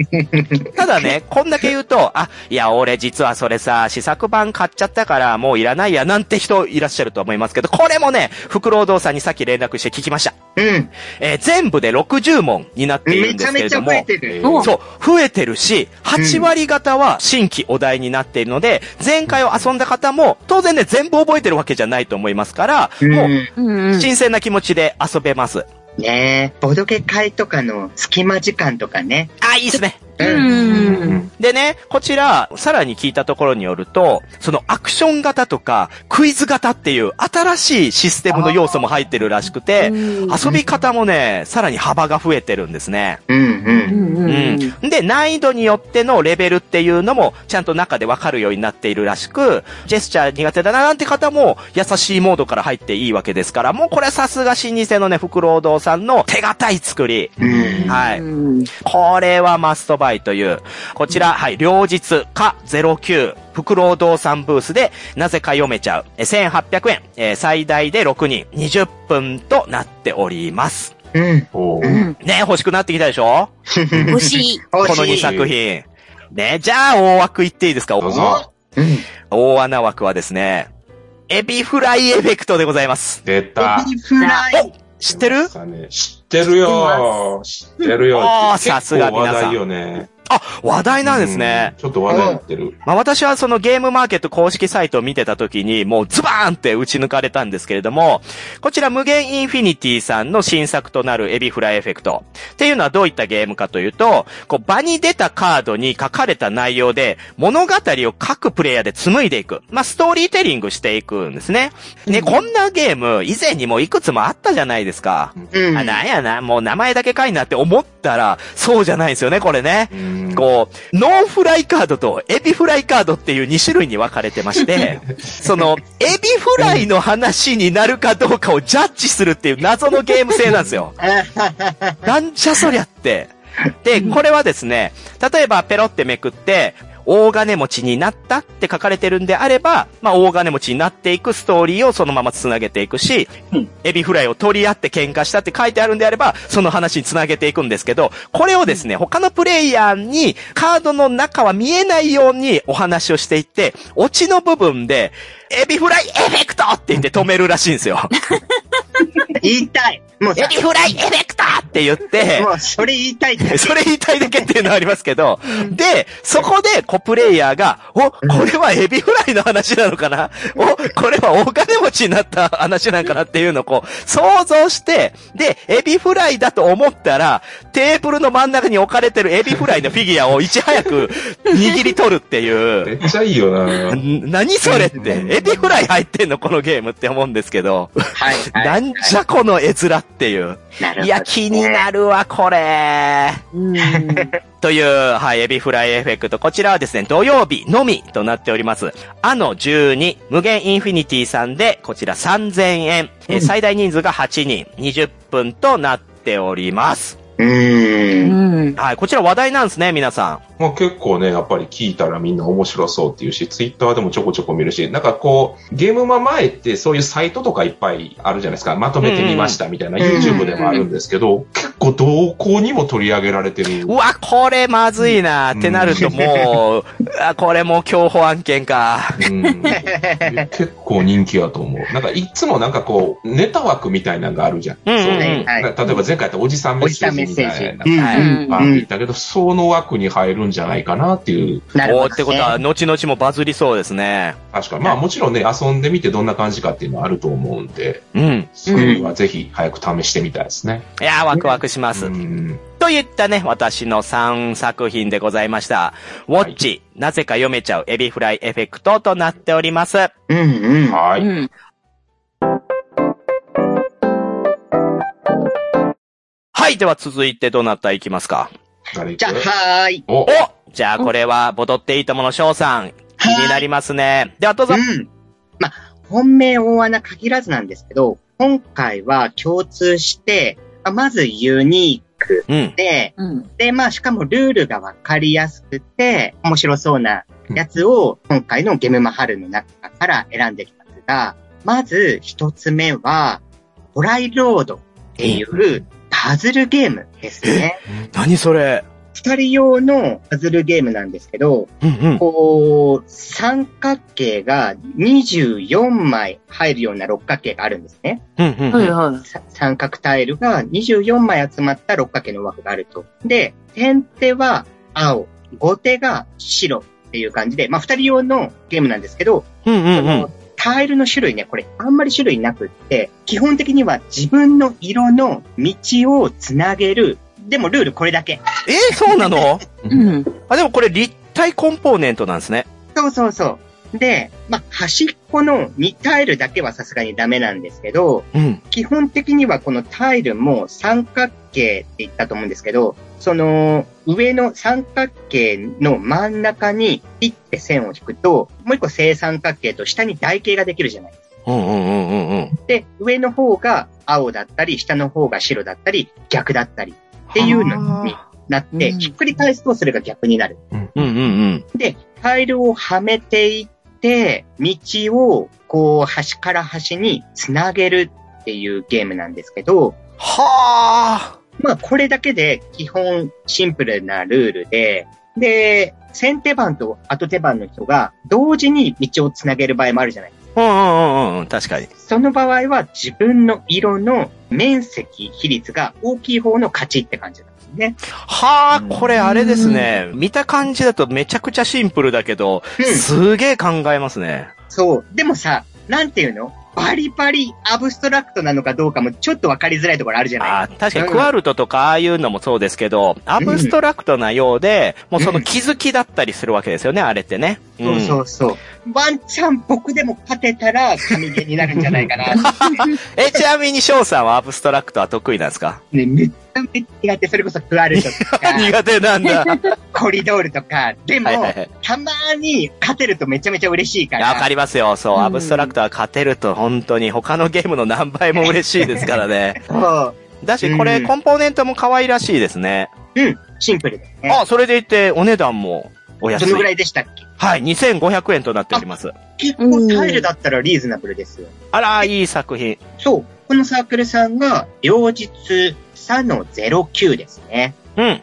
B: ただね、こんだけ言うと、あ、いや、俺実はそれさ、試作版買っちゃったからもういらないや、なんて人いらっしゃると思いますけど、これもね、福労堂さんにさっき連絡して聞きました。
D: うん。
B: えー全部で60問になっている
D: め
B: んで
D: ちゃ
B: すけ
D: め
B: れ
D: ちゃ
B: ど
D: 増え
B: も、
D: てる。
E: お
B: そう、増えてるし、8割方は新規お題になっているので、前回を遊んだ方も、当然ね、全部覚えてるわけじゃないと思いますから、もう、
D: う
E: うんうん。
B: 新鮮な気持ちで遊べます。
D: ん。ねえ、ボドゲ会とかの隙間時間とかね。
B: あ、いいですね。
E: うん
F: うん。
B: でね、こちら、さらに聞いたところによると、そのアクション型とか、クイズ型っていう新しいシステムの要素も入ってるらしくて、遊び方もね、さらに幅が増えてるんですね。
D: うん
E: う
D: うん。
E: んうんうん。
B: うん。で、難易度によってのレベルっていうのも、ちゃんと中でわかるようになっているらしく、ジェスチャー苦手だななんて方も、優しいモードから入っていいわけですから、もうこれはさすが老舗のね、福労堂さんの手堅い作り。
D: うん。
B: はい。
E: うん
B: これはマストバイという、こちら、はい、両日、か09、福労堂さんブースで、なぜか読めちゃう、え1800円、えー最大で6人、20分となっております。
D: うん。
F: お
D: う
F: ー
D: ん。
B: ね、欲しくなってきたでしょ
E: 欲しい。
B: この
D: 欲
B: 2
D: しい。
B: 作品。ね、じゃあ、大枠言っていいですか
F: どうぞ。
D: うん。
B: 大穴枠はですね、エビフライエフェクトでございます。
F: 出た。
D: エビフライ。
B: 知ってる
F: 知ってるよ知ってるよ
B: あーさすが皆さん
F: 結構話題よね。
B: あ、話題なんですね。
F: うん。ちょっと話題になってる。
B: まあ私はそのゲームマーケット公式サイトを見てた時にもうズバーンって打ち抜かれたんですけれども、こちら無限インフィニティさんの新作となるエビフライエフェクトっていうのはどういったゲームかというと、こう場に出たカードに書かれた内容で物語を各プレイヤーで紡いでいく。まあストーリーテリングしていくんですね。ね、こんなゲーム以前にもいくつもあったじゃないですか。
D: うん。
B: あ、なんやな、もう名前だけ書いなって思ったら、そうじゃないですよね、これね。
F: うん
B: こう、ノンフライカードとエビフライカードっていう2種類に分かれてま して、その、エビフライの話になるかどうかをジャッジするっていう謎のゲーム性なんです よ。なんじゃそりゃって。で、これはですね、例えばペロってめくって、大金持ちになったって書かれてるんであれば、まあ大金持ちになっていくストーリーをそのまま繋げていくし、
C: うん
B: エビフライを取り合って喧嘩したって書いてあるんであれば、その話に繋げていくんですけど、これをですね、他のプレイヤーにカードの中は見えないようにお話をしていって、オチの部分で、エビフライエフェクトって言って止めるらしいんですよ。
D: 言いたい。もう
B: エ
D: さ、
B: ビフライエフェクトって言って、
D: もうそれ言いたいっ て。
B: それ言いたいだけっていうのはありますけど、で、そこでコプレイヤーが、お、これはエビフライの話なのかなお、これは大金持ちになった話なんかなっていうのをこう、想像して、で、エビフライだと思ったら、テーブルの真ん中に置かれてるエビフライのフィギュアをいち早く握り取るってい
F: め
B: う。
F: っちゃいいよな。
B: ん何それって、エビフライ入ってんのこのゲームって思うんですけど、
D: はい。はい
B: なんじゃこの絵面っていう。
D: なるほどね
B: いや、気になるわ、これ。
E: うん。
B: という、はい、エビフライエフェクト。こちらはですね、土曜日のみとなっております。あの12、無限インフィニティさんで、こちら3000円。えー最大人数が8人、20分となっております。
D: う
E: う
D: ーん。
E: ん。
B: はい、こちら話題なんですね、皆さ
F: まあ結構ね、やっぱり聞いたらみんな面白そうっていうし、ツイッターでもちょこちょこ見るし、なんかこう、ゲームマ前ってそういうサイトとかいっぱいあるじゃないですか。まとめてみましたみたいな、
D: うんうん
F: YouTube でもあるんですけど、結構動向にも取り上げられてる
B: ん。う。わ、これまずいなってなる ともう、あこれもう競歩案件か。
F: うん、結構人気やと思う。なんかいつもなんかこう、ネタ枠みたいなのがあるじゃん。
B: うんうん
F: そう
D: は
F: ね
D: いはい
F: な例えば前回やったおじさんメッセージみたいな。
D: うん
B: は
E: う
B: い
E: ん。
F: あ言ったけど、その枠に入るんじゃないかなっていう
D: なる
B: お
D: ほど、
B: ー
D: ね。
B: ってことは、後々もバズりそうですね。
F: 確かに。まあもちろんね、遊んでみてどんな感じかっていうのはあると思うんで、
B: うん。
F: それはぜひ早く試してみたいですね。
B: いやー、ワクワクします
F: う。ん。
B: といったね、私の3作品でございました。ウォッチ、なぜか読めちゃうエビフライエフェクトとなっております。
D: うんうん。
F: は
E: う
F: い。
E: ん。
B: はい、では続いてどなたいきますか
F: 誰行く
D: じゃあ、はーい。
F: お
B: おじゃあこれは、ボトっていいともの翔さん、気になりますね。ではどうぞ。
D: うん。まあ、本命大穴限らずなんですけど、今回は共通して、まあまずユニーク
B: うん。
D: で、
E: うん。
D: で、まあ、しかもルールがわかりやすくて、面白そうなやつを、今回のゲムマハルの中から選んできたんですが、まず一つ目は、トライロードっていうパズルゲームですね。
B: 何それ
D: 二人用のパズルゲームなんですけど、
B: うんうん。
D: こう、三角形が24枚入るような六角形があるんですね。
B: うんうん
E: は
B: う
E: い
B: ん。
E: は
D: さ三角タイルが24枚集まった六角形の枠があると。で、点手は青、後手が白っていう感じで、まあ二人用のゲームなんですけど、
B: うんうんう
D: そ
B: ん
D: の。タイルの種類ね、これあんまり種類なくって、基本的には自分の色の道をつなげる。でもルールこれだけ。
B: えーそうな の
E: い。うん。
B: あ、でもこれ立体コンポーネントなんですね。
D: そうそうそう。で、まあ端っこの2タイルだけはさすがにダメなんですけど、
B: うん。
D: 基本的にはこのタイルも三角形って言ったと思うんですけど、その上の三角形の真ん中にピッて線を引くと、もう一個正三角形と下に台形ができるじゃないですか。
B: うんうんうんうんうん。
D: で、上の方が青だったり、下の方が白だったり、逆だったりっていうのになっ
E: は
D: て、
E: あ
D: ひっくり返すとそれが逆になる。
B: うんうんうん。
D: で、タイルをはめていって、道をこう端から端につなげるっていうゲームなんですけど、
B: は
D: まあ、これだけで基本シンプルなルールで、で、先手番と後手番の人が同時に道をつなげる場合もあるじゃないです
B: うんうんうんうん。確かに。
D: その場合は自分の色の面積比率が大きい方の勝ちって感じなんですね。
B: はあ、これあれですね。見た感じだとめちゃくちゃシンプルだけど、
D: うん
B: すげえ考えますね。
D: そう。でもさ、なんていうのバリバリアブストラクトなのかどうかもちょっとわかりづらいところあるじゃない
B: あー確かにクワルトとかああいうのもそうですけど、アブストラクトなようで、もうその気づきだったりするわけですよね、あれってね。
D: そうそうそう。ワンチャン僕でも勝てたら神ゲーになるんじゃない かな。
B: え、ちなみに翔さんはアブストラクトは得意なんですか
D: ね、めっちゃめっちゃ苦手。それこそクアルトとか、
B: 苦手なん だ。は
D: コリドールとか。で
B: い
D: も、
B: はいはい。
D: たまに勝てるとめちゃめちゃ嬉しいか。
B: いやわからりますよ。そう、アブストラクトは勝てると本当に他のゲームの何倍も嬉しいですから ね。
D: そう。
B: だし、これ、
D: うん
B: コンポーネントも可愛らしいですね。
D: うん。シンプルですね。
B: あ、それでいて、お値段もお安
D: そのぐら
B: い。
D: いでしたっけ
B: はい、2500円となっております。
D: 結構タイルだったらリーズナブルですよ。
B: あら、いい作品。
D: そう。このサークルさんが、両日3の09ですね。
B: うん。
D: っ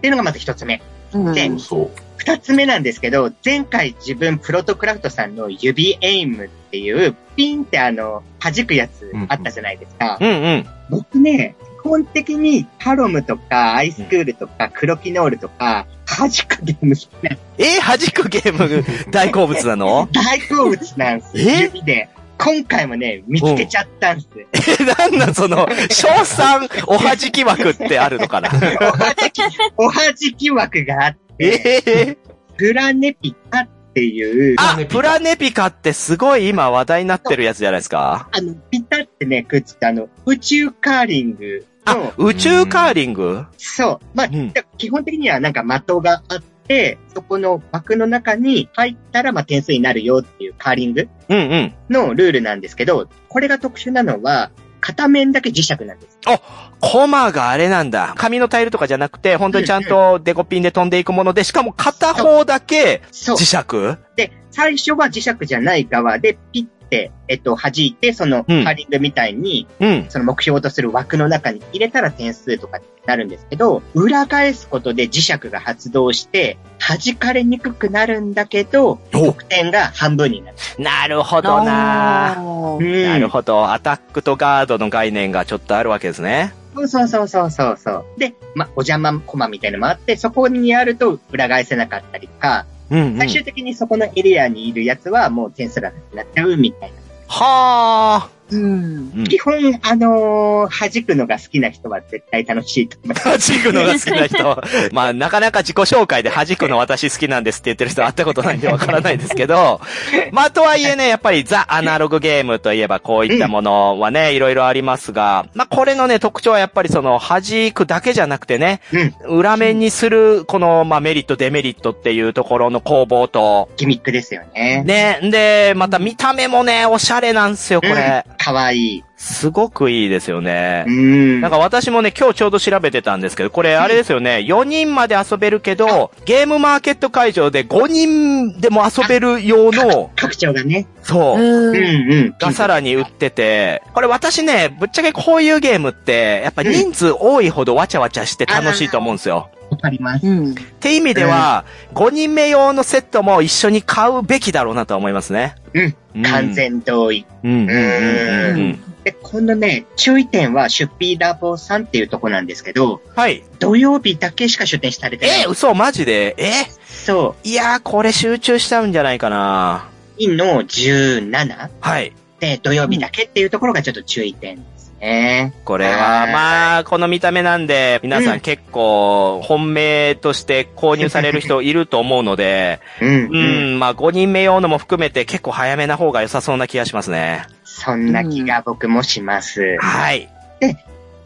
D: ていうのがまず一つ目。
E: うん
D: で、
F: そう。
D: 二つ目なんですけど、前回自分プロトクラフトさんの指エイムっていう、ピンってあの、弾くやつあったじゃないですか。
B: うんうん。
D: 僕ね、基本的にハロムとかアイスクールとかクロキノールとか、弾くゲーム好きな
B: えー、弾くゲーム、大好物な の
D: 大好物なんですよ。
B: え
D: 指で。今回もね、見つけちゃったんです。
B: えなんなんその、賞賛おはじき枠ってあるのかな
D: おはじ き、おはじき枠があっ
B: え
D: て、
B: ー、
D: プラネピカっていう、
B: あ、プラネピカってすごい今話題になってるやつじゃないですか。
D: あの、ピタってね、くっつくあの、宇宙カーリング
B: あ
D: の、、
B: 宇宙カーリング
D: そう。まあ、
B: うん
D: 基本的にはなんか的があって、そこの枠の中に入ったら、まあ、点数になるよっていうカーリング
B: うんうん。
D: のルールなんですけど、これが特殊なのは、片面だけ磁石なんです。
B: コマがあれなんだ。紙のタイルとかじゃなくて、本当にちゃんとデコピンで飛んでいくもので、しかも片方だけ
D: そう
B: 磁。石
D: で、最初は磁石じゃない側で、ピッて、えっと、弾いて、そのカ
B: うん
D: ーリングみたいに、
B: うん。
D: その目標とする枠の中に入れたら点数とかになるんですけど、裏返すことで磁石が発動して、弾かれにくくなるんだけど、
B: お
D: 得点が半分になる。
B: なるほどな
E: ー
D: うん
B: なるほど。アタックとガードの概念がちょっとあるわけですね。
D: そうそうそうそうそうそう。で、ま、お邪魔コマみたいなのもあって、そこにあると裏返せなかったりとか、
B: うん、うん。
D: 最終的にそこのエリアにいるやつはもう点数がなくなっちゃうみたいな。
B: はあ。
E: うん。
B: うん
D: 基本、あのー弾くのが好きな人は絶対楽しいと思います。
B: 弾くのが好きな 人。まあ、なかなか自己紹介で弾くの私好きなんですって言ってる人は会ったことないんでわからないですけど、 まあ、とはいえね、やっぱりザ・アナログゲームといえばこういったものはね、いろいろありますが、まあ、これのね、特徴はやっぱりその、弾くだけじゃなくてね、裏面にする、この、まあ、メリット、デメリットっていうところの攻防と、
D: ギミックですよね。
B: ね、で、また見た目もね、おしゃれなんですよ、これ。
D: かわいい。
B: すごくいいですよね
D: う。ん。
B: なんか私もね、今日ちょうど調べてたんですけど、これあれですよね、4人まで遊べるけど、ゲームマーケット会場で5人でも遊べる用の、
D: 拡張がね。
B: そう、
D: うんうん。
B: がさらに売ってて、これ私ね、ぶっちゃけこういうゲームって、やっぱ人数多いほどわちゃわちゃして楽しいと思うんですよ。
D: わかります。
E: うん。
B: って意味では、5人目用のセットも一緒に買うべきだろうなとは思いますね。
D: うん
B: うん
D: 完。全同意。
B: うん、うん、うん、うん。
D: で、このね、注意点は出費ラボさんっていうとこなんですけど、
B: はい。
D: 土曜日だけしか出店されてない。
B: え、嘘、マジでえ
D: そ
B: いやー、これ集中しちゃうんじゃないかな
D: う。インの 17?
B: はい。
D: で、土曜日だけっていうところがちょっと注意点ですね。
B: これ
D: あ
B: は、
D: ー
B: まあ、この見た目なんで、皆さ
D: うんん
B: 結構、本命として購入される人いると思うので、
D: うん、
B: う
D: うん。
B: ん、まあ、5人目用のも含めて結構早めな方が良さそうな気がしますね。
D: そんな気が僕もします。
B: はい。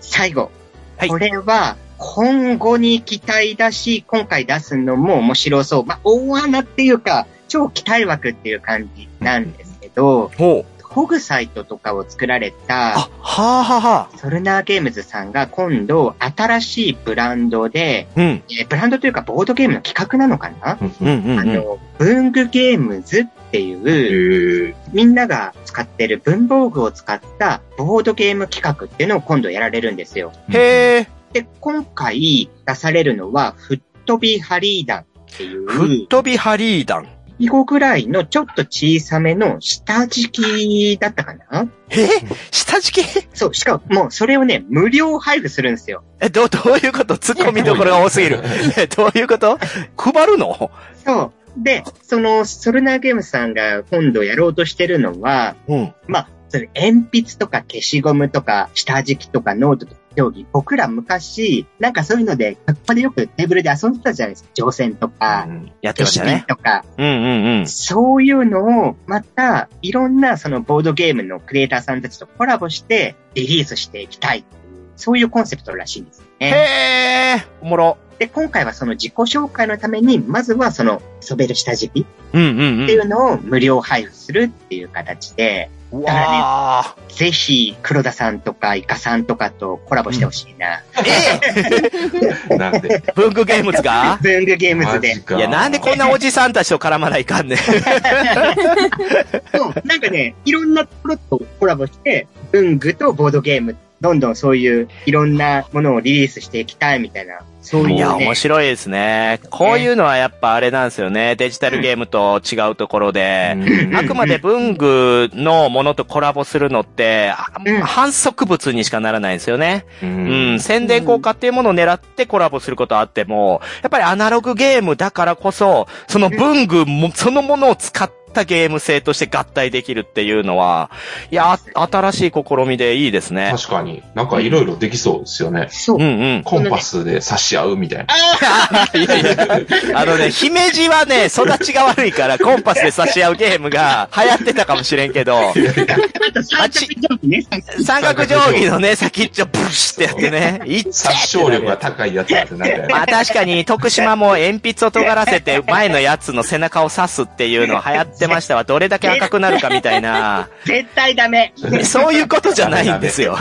D: 最後。
B: はい
D: これは、今後に期待だし、今回出すのも面白そう。まあ、大穴っていうか、超期待枠っていう感じなんですけど、
B: ほう。
D: ホグサイトとかを作られた、
B: あ、はあはあはあ。
D: ソルナーゲームズさんが今度新しいブランドで、
B: うん、
D: えーブランドというかボードゲームの企画なのかな、
B: うん、うん、う
D: あ
B: ん。
D: の、文具ゲームズっていう、
F: へえ。
D: みんなが使ってる文房具を使ったボードゲーム企画っていうのを今度やられるんですよ。
B: へえ、
D: で、今回出されるのは、吹っ飛びハリーダンっていう、
B: 吹っ飛びハリーダン。
D: 以後ぐらいのちょっと小さめの下敷きだったかな
B: え下敷き
D: そう、しかももうそれをね、無料配布するんですよ。
B: え、どう、どういうこと突っ込みどころが多すぎる。え、 どういうこと配るの
D: そう。で、その、ソルナーゲームズさんが今度やろうとしてるのは、
B: うん。
D: まあ、それ鉛筆とか消しゴムとか、下敷きとかノートとか定規、僕ら昔、なんかそういうので、学校でよくテーブルで遊んでたじゃないですか。乗船とか、
B: やって
D: 消
B: まし
D: した瓶
B: ね。
D: とか、
B: うんうんうん。
D: そういうのを、また、いろんなそのボードゲームのクリエイターさんたちとコラボして、リリースしていきたい。そういうコンセプトらしいんですよね。
B: へえ、おもろ。
D: で、今回はその自己紹介のために、まずはその、ソベル下敷き
B: うんうん
D: っていうのを無料配布するっていう形で、
B: うん。うわあ。
D: ぜひ、黒田さんとかイカさんとかとコラボしてほしいな。
B: え
F: なん で。
B: 文具ゲームズが
D: ブングゲームズ
F: マ
D: で
F: ジ。か。
B: いや、なんでこんなおじさんたちと絡まないかんねん。
D: そう、なんかね、いろんなところとコラボして、文具とボードゲーム、どんどんそういういろんなものをリリースしていきたいみたいな、そういう、ね。
B: いや、面白いですね。こういうのはやっぱあれなんですよね。デジタルゲームと違うところで。
F: うん
B: あくまで文具のものとコラボするのって、あ
D: うん
B: 反則物にしかならないんですよね。
F: う
B: うんん、宣伝効果っていうものを狙ってコラボすることはあっても、やっぱりアナログゲームだからこそ、その文具 も、そのものを使ったゲーム性として合体できるっていうのは、いや、あ新しい試みでいいですね。
F: 確かに。なんかいろいろできそうですよね。
D: そ
B: う
D: う
B: んうん。
F: コンパスで差し合うみたいな。
B: いやいや、あのね、姫路はね、育ちが悪いから、コンパスで差し合うゲームが流行ってたかもしれんけど、
D: あと三角定規ね、三角
B: 三角定規のね、先っちょブシってやって ね、いっちゃ
F: 殺傷力が高いやつだってなんかやる
B: まあ確かに、徳島も鉛筆を尖らせて、前のやつの背中を刺すっていうのは流行ってま したわ。どれだけ赤くなるかみたいな、
D: 絶対 ダメ。
B: そういうことじゃないんですよ。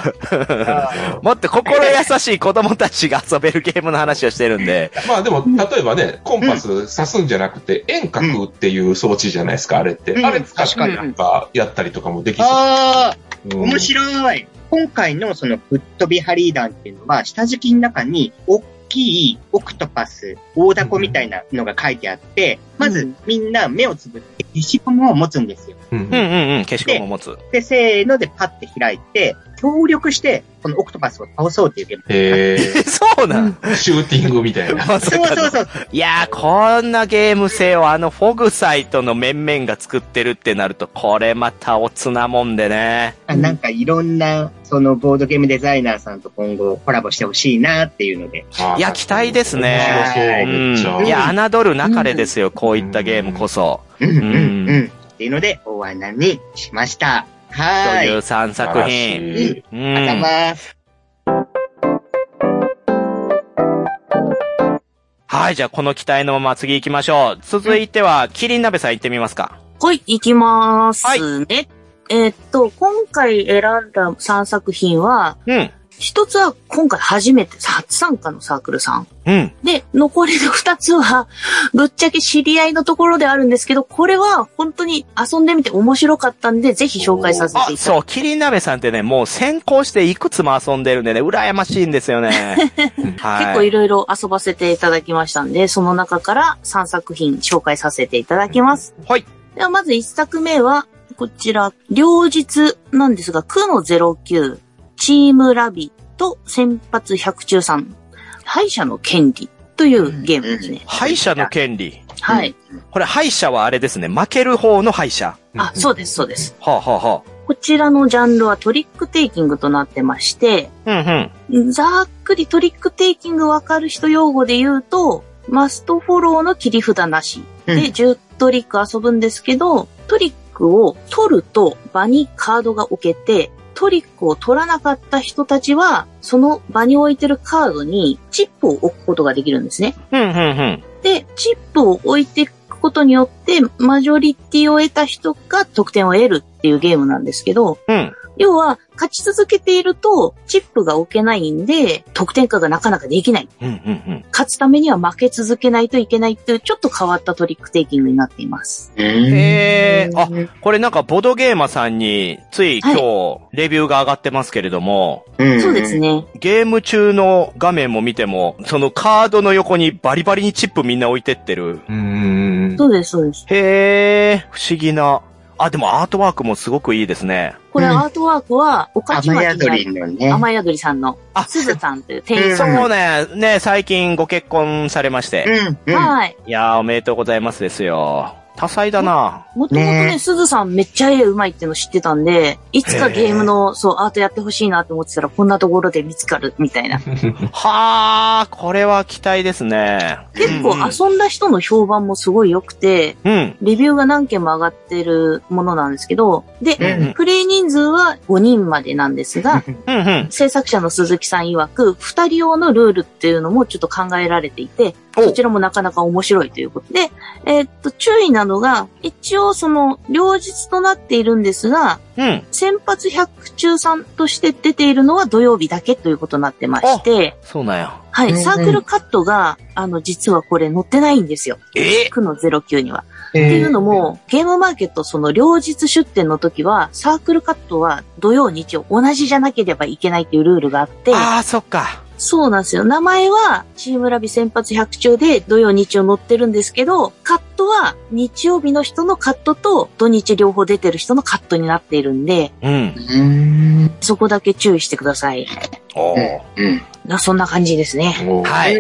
B: もっと心優しい子供たちが遊べるゲームの話をしてるんで。
F: まあでも、例えばね、コンパス刺すんじゃなくて、遠隔っていう装置じゃないですか、あれって。
D: うん
F: あれ使って
D: 確かに
F: なんかやったりとかもできそ
D: ああ、
F: う。
D: 面白い。今回のそのぶっ飛びハリー弾っていうのは、下敷きの中に大きいオクトパス、大ダコみたいなのが書いてあって、まずみんな目をつぶって消しゴムを持つんですよ。
F: うん。
B: うんうんうん、消しゴムを持 つ。
D: で、せーのでパッて開いて、協力して、このオクトパスを倒そうっていうゲーム。
F: え
B: え、そうなん
F: ー、 シューティングみたいな。
B: まさ
D: そう
B: か
D: そ
B: の
D: うそう。
B: いやー、こんなゲーム性をあのフォグサイトの面々が作ってるってなると、これまたおつなもんでね。
D: あなんかいろんな、そのボードゲームデザイナーさんと今後コラボしてほしいなっていうので。
B: いや、期待ですね。
F: 面白そう、めっちゃ。
B: うんいや、侮るなかれですよ、こういったゲームこそ。
D: うんうん
B: うん
D: うん。っていうので、大穴にしました。
B: と
D: はー
B: い
D: い。
B: う3作品。
F: 素晴らしい
B: うん。
D: 頭。
B: はい、じゃあこの期待のまま次行きましょう。続いては、キリン鍋さん行ってみますか。
E: はい、いきまー
B: はい
E: すね。えーっと、今回選んだ3作品は、
B: うん。
E: 一つは今回初めて初参加のサークルさん。
B: うん。
E: で、残りの二つは、 ぶっちゃけ知り合いのところであるんですけど、これは本当に遊んでみて面白かったんで、ぜひ紹介させてい
B: あ
E: ただ、きま
B: そう、キリン鍋さんってね、もう先行していくつも遊んでるんでね、羨ましいんですよ ね。はい。
E: 結構いろいろ遊ばせていただきましたんで、その中から3作品紹介させていただきます。
B: はい。
E: ではまず1作目は、こちら、両日なんですが、9の09、チームラビと先発百中さん、敗者の権利というゲームですね。
B: 敗者の権利。
E: はい。
B: これ敗者はあれですね、負ける方の敗者。
E: あ、そうです、そうです。
B: はあ、はあは
E: こちらのジャンルはトリックテイキングとなってまして、
B: あ、うんうん。
E: ざっくりトリックテイキングわかる人用語で言うと、マストフォローの切り札なし
D: うん
E: で10トリック遊ぶんですけど、トリックを取ると場にカードが置けて、トリックを取らなかった人たちは、その場に置いてるカードにチップを置くことができるんですね。
B: うんうんうん。
E: で、チップを置いていくことによって、マジョリティを得た人が得点を得るっていうゲームなんですけど、
B: うん。
E: 要は、勝ち続けていると、チップが置けないんで、得点化がなかなかできない。
B: うんうん
E: 勝つためには負け続けないといけないっていう、ちょっと変わったトリックテイキングになっています。
B: うん。
D: へ
B: へえ、あ、これなんかボドゲーマさんについ今日レビューが上がってますけれども、
E: そうです。ね。
B: ゲーム中の画面も見ても、そのカードの横にバリバリにチップみんな置いてってる。
F: うん。
E: そうです、そうです。
B: へえ、不思議な。あ、でもアートワークもすごくいいですね。
E: これ
D: うん
E: アートワークは、おかちま
D: 雨
E: きに
D: 宿
E: あ
D: りの
E: る、
D: ね。
E: 雨宿りさんの
B: あ、
E: すずさんという店員
D: ん
B: そ
E: さん。
B: うね、ね、最近ご結婚されまして。
D: うん、うん。
E: はい。
B: いやー、おめでとうございますですよ。多彩だな。
E: もともと
D: ね
E: ね、すずさんめっちゃ絵うまいっていうの知ってたんで、いつかゲームの、そう、アートやってほしいなって思ってたら、こんなところで見つかるみたいな。
B: はー、これは期待ですね。
E: 結構
B: うん
E: 遊んだ人の評判もすごい良くて、
B: うん。
E: レビューが何件も上がってるものなんですけど、
D: う
E: で、
B: ん
D: ん。
E: プレイ人数は5人までなんですが、
B: うんうん。
E: 制作者の鈴木さん曰く、2人用のルールっていうのもちょっと考えられていて、
B: お
E: そちらもなかなか面白いということで、えーっと、注意なのが、一応その、両日となっているんですが、
B: うん。
E: 先発百中さんとして出ているのは土曜日だけということになってまして、
B: そうなんや。
E: は
D: うん
E: い、
D: うん
E: サークルカットが、あの、実はこれ載ってないんですよ。
B: え
E: 9の09には。
D: て
E: っていうのも、ゲームマーケットその両日出店の時は、サークルカットは土曜日曜同じじゃなければいけないっていうルールがあって、
B: あー、そっか。
E: そうなんですよ。名前は、チームラビ先発100中で土曜日曜載ってるんですけど、カットは日曜日の人のカットと土日両方出てる人のカットになっているんで、
B: うん。
D: うん。
E: そこだけ注意してください。
B: おー。
D: うん。
E: なそんな感じですね。
B: は。
D: はいい。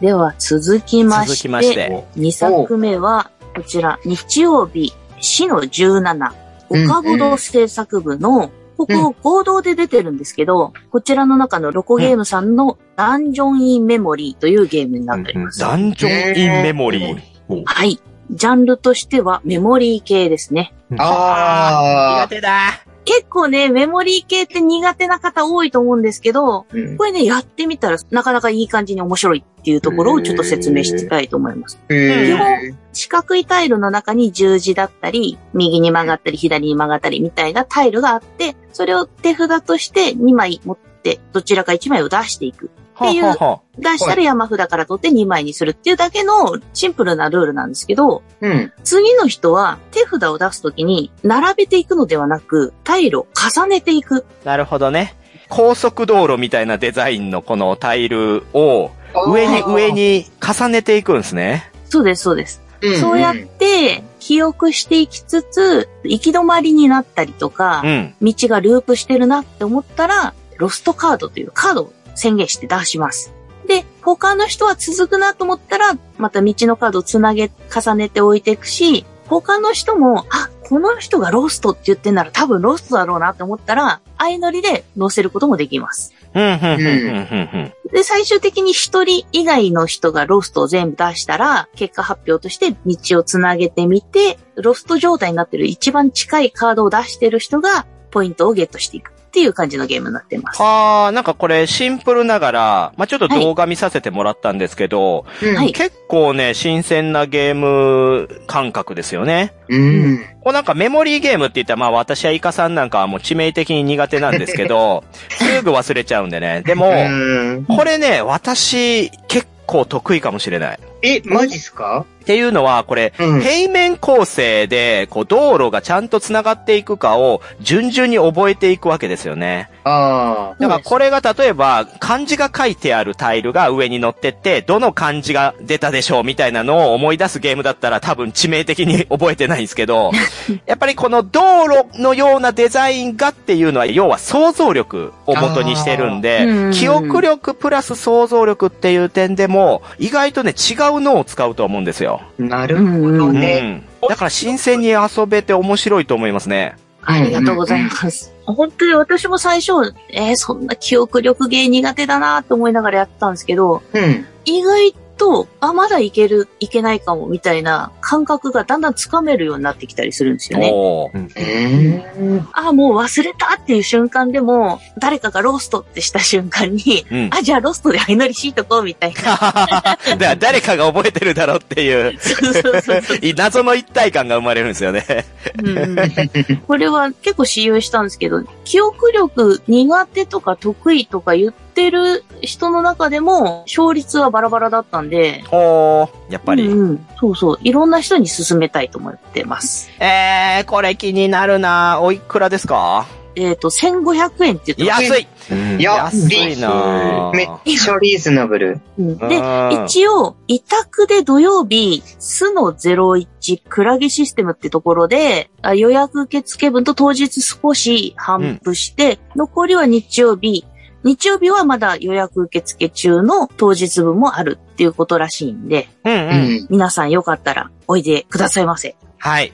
E: では続きま
B: 続
E: し
B: き
E: て、
B: まして。
E: 2作目は、こちら、日曜日、市の17、岡本製作部の、ここ合同で出てるんですけど、こちらの中のロコゲームさんのダンジョンインメモリーというゲームになっております。
B: ダンジョンインメモリー。
E: はい。ジャンルとしてはメモリー系ですね。
D: ああ。
B: 手だ。
E: 結構ね、メモリー系って苦手な方多いと思うんですけど、
D: うん
E: これね、やってみたらなかなかいい感じに面白いっていうところをちょっと説明したいと思います。
D: へー
E: 四角いタイルの中に十字だったり、右に曲がったり、左に曲がったりみたいなタイルがあって、それを手札として2枚持って、どちらか1枚を出していく。
B: は
E: っていう
B: はは
E: 出したら山札から取って2枚にするっていうだけのシンプルなルールなんですけど、
D: うん。
E: 次の人は手札を出すときに並べていくのではなく、タイルを重ねていく。
B: なるほどね。高速道路みたいなデザインのこのタイルを上に上に重ねていくんですね。
E: そうです、そうです。
D: に
E: そうやって記憶していきつつ、行き止まりになったりとか
B: う、ん。
E: 道がループしてるなって思ったら、ロストカードというカードを宣言して出します。で、他の人は続くなと思ったら、また道のカードをつなげ、重ねて置いていくし、他の人も、あ、この人がロストって言ってんなら多分ロストだろうなって思ったら、相乗りで乗せることもできます。
B: うん、うん、うん、うん、うん。
E: で、最終的に一人以外の人がロストを全部出したら、結果発表として道をつなげてみて、ロスト状態になってる一番近いカードを出してる人が、ポイントをゲットしていくっていう感じのゲームになってます。
B: はあ、なんかこれシンプルながら、まあ、ちょっと動画見させてもらったんですけど、
D: うん
E: はい
B: 結構ね、新鮮なゲーム感覚ですよね。
D: うん。
B: こうなんかメモリーゲームって言ったら、まあ私やイカさんなんかはもう致命的に苦手なんですけど、すぐ忘れちゃうんでね。でも、
D: うん
B: これね、私結構得意かもしれない。
D: え、マジっすか
B: っていうのは、これ、
D: うん
B: 平面構成で、こう、道路がちゃんと繋がっていくかを、順々に覚えていくわけですよね。
D: ああ。
B: だから、これが例えば、漢字が書いてあるタイルが上に乗ってって、どの漢字が出たでしょうみたいなのを思い出すゲームだったら、多分致命的に覚えてないんですけど、やっぱりこの道路のようなデザインがっていうのは、要は想像力を元にしてるん
E: あーう
B: で
E: ん、
B: 記憶力プラス想像力っていう点でも、意外とね、違う脳を使うと思うんですよ。
D: なるほど
E: うん
D: ね。
B: うん。だから新鮮に遊べて面白いと思いますね。
E: ありがとうございます。本当に私も最初、えーそんな記憶力芸苦手だなと思いながらやってたんですけど、
D: うん。
E: 意外と、あ、まだいける、いけないかも、みたいな感覚がだんだんつかめるようになってきたりするんですよね。
B: おー
F: うん
D: うん。
E: ああ、もう忘れたっていう瞬間でも、誰かがローストってした瞬間に、
B: うん。
E: あ、じゃあロストで相乗りしとこうみたいな。
B: だから誰かが覚えてるだろうっていう、
E: そうそうそうそう。
B: 謎の一体感が生まれるんですよね。
E: うんこれは結構使用したんですけど、記憶力苦手とか得意とか言ってる人の中でも、勝率はバラバラだったんで、
B: おー、やっぱり。
E: うんうん、そうそう。いろんな人に勧めたいと思ってます。
B: えー、これ気になるなおいくらですか
E: えっ、と、1500円って言ってます
B: 安い
F: うん
D: や
B: 安いな
D: めっちゃリーズナブル。
E: うんで、
B: で
E: 一応、委託で土曜日、スの01クラゲシステムってところで、あ予約受付分と当日少し反布して、残りは日曜日。日曜日はまだ予約受付中の当日分もあるっていうことらしいんで、
B: うん
D: う
B: うん。
D: ん。
E: 皆さんよかったらおいでくださいませ。
B: はい。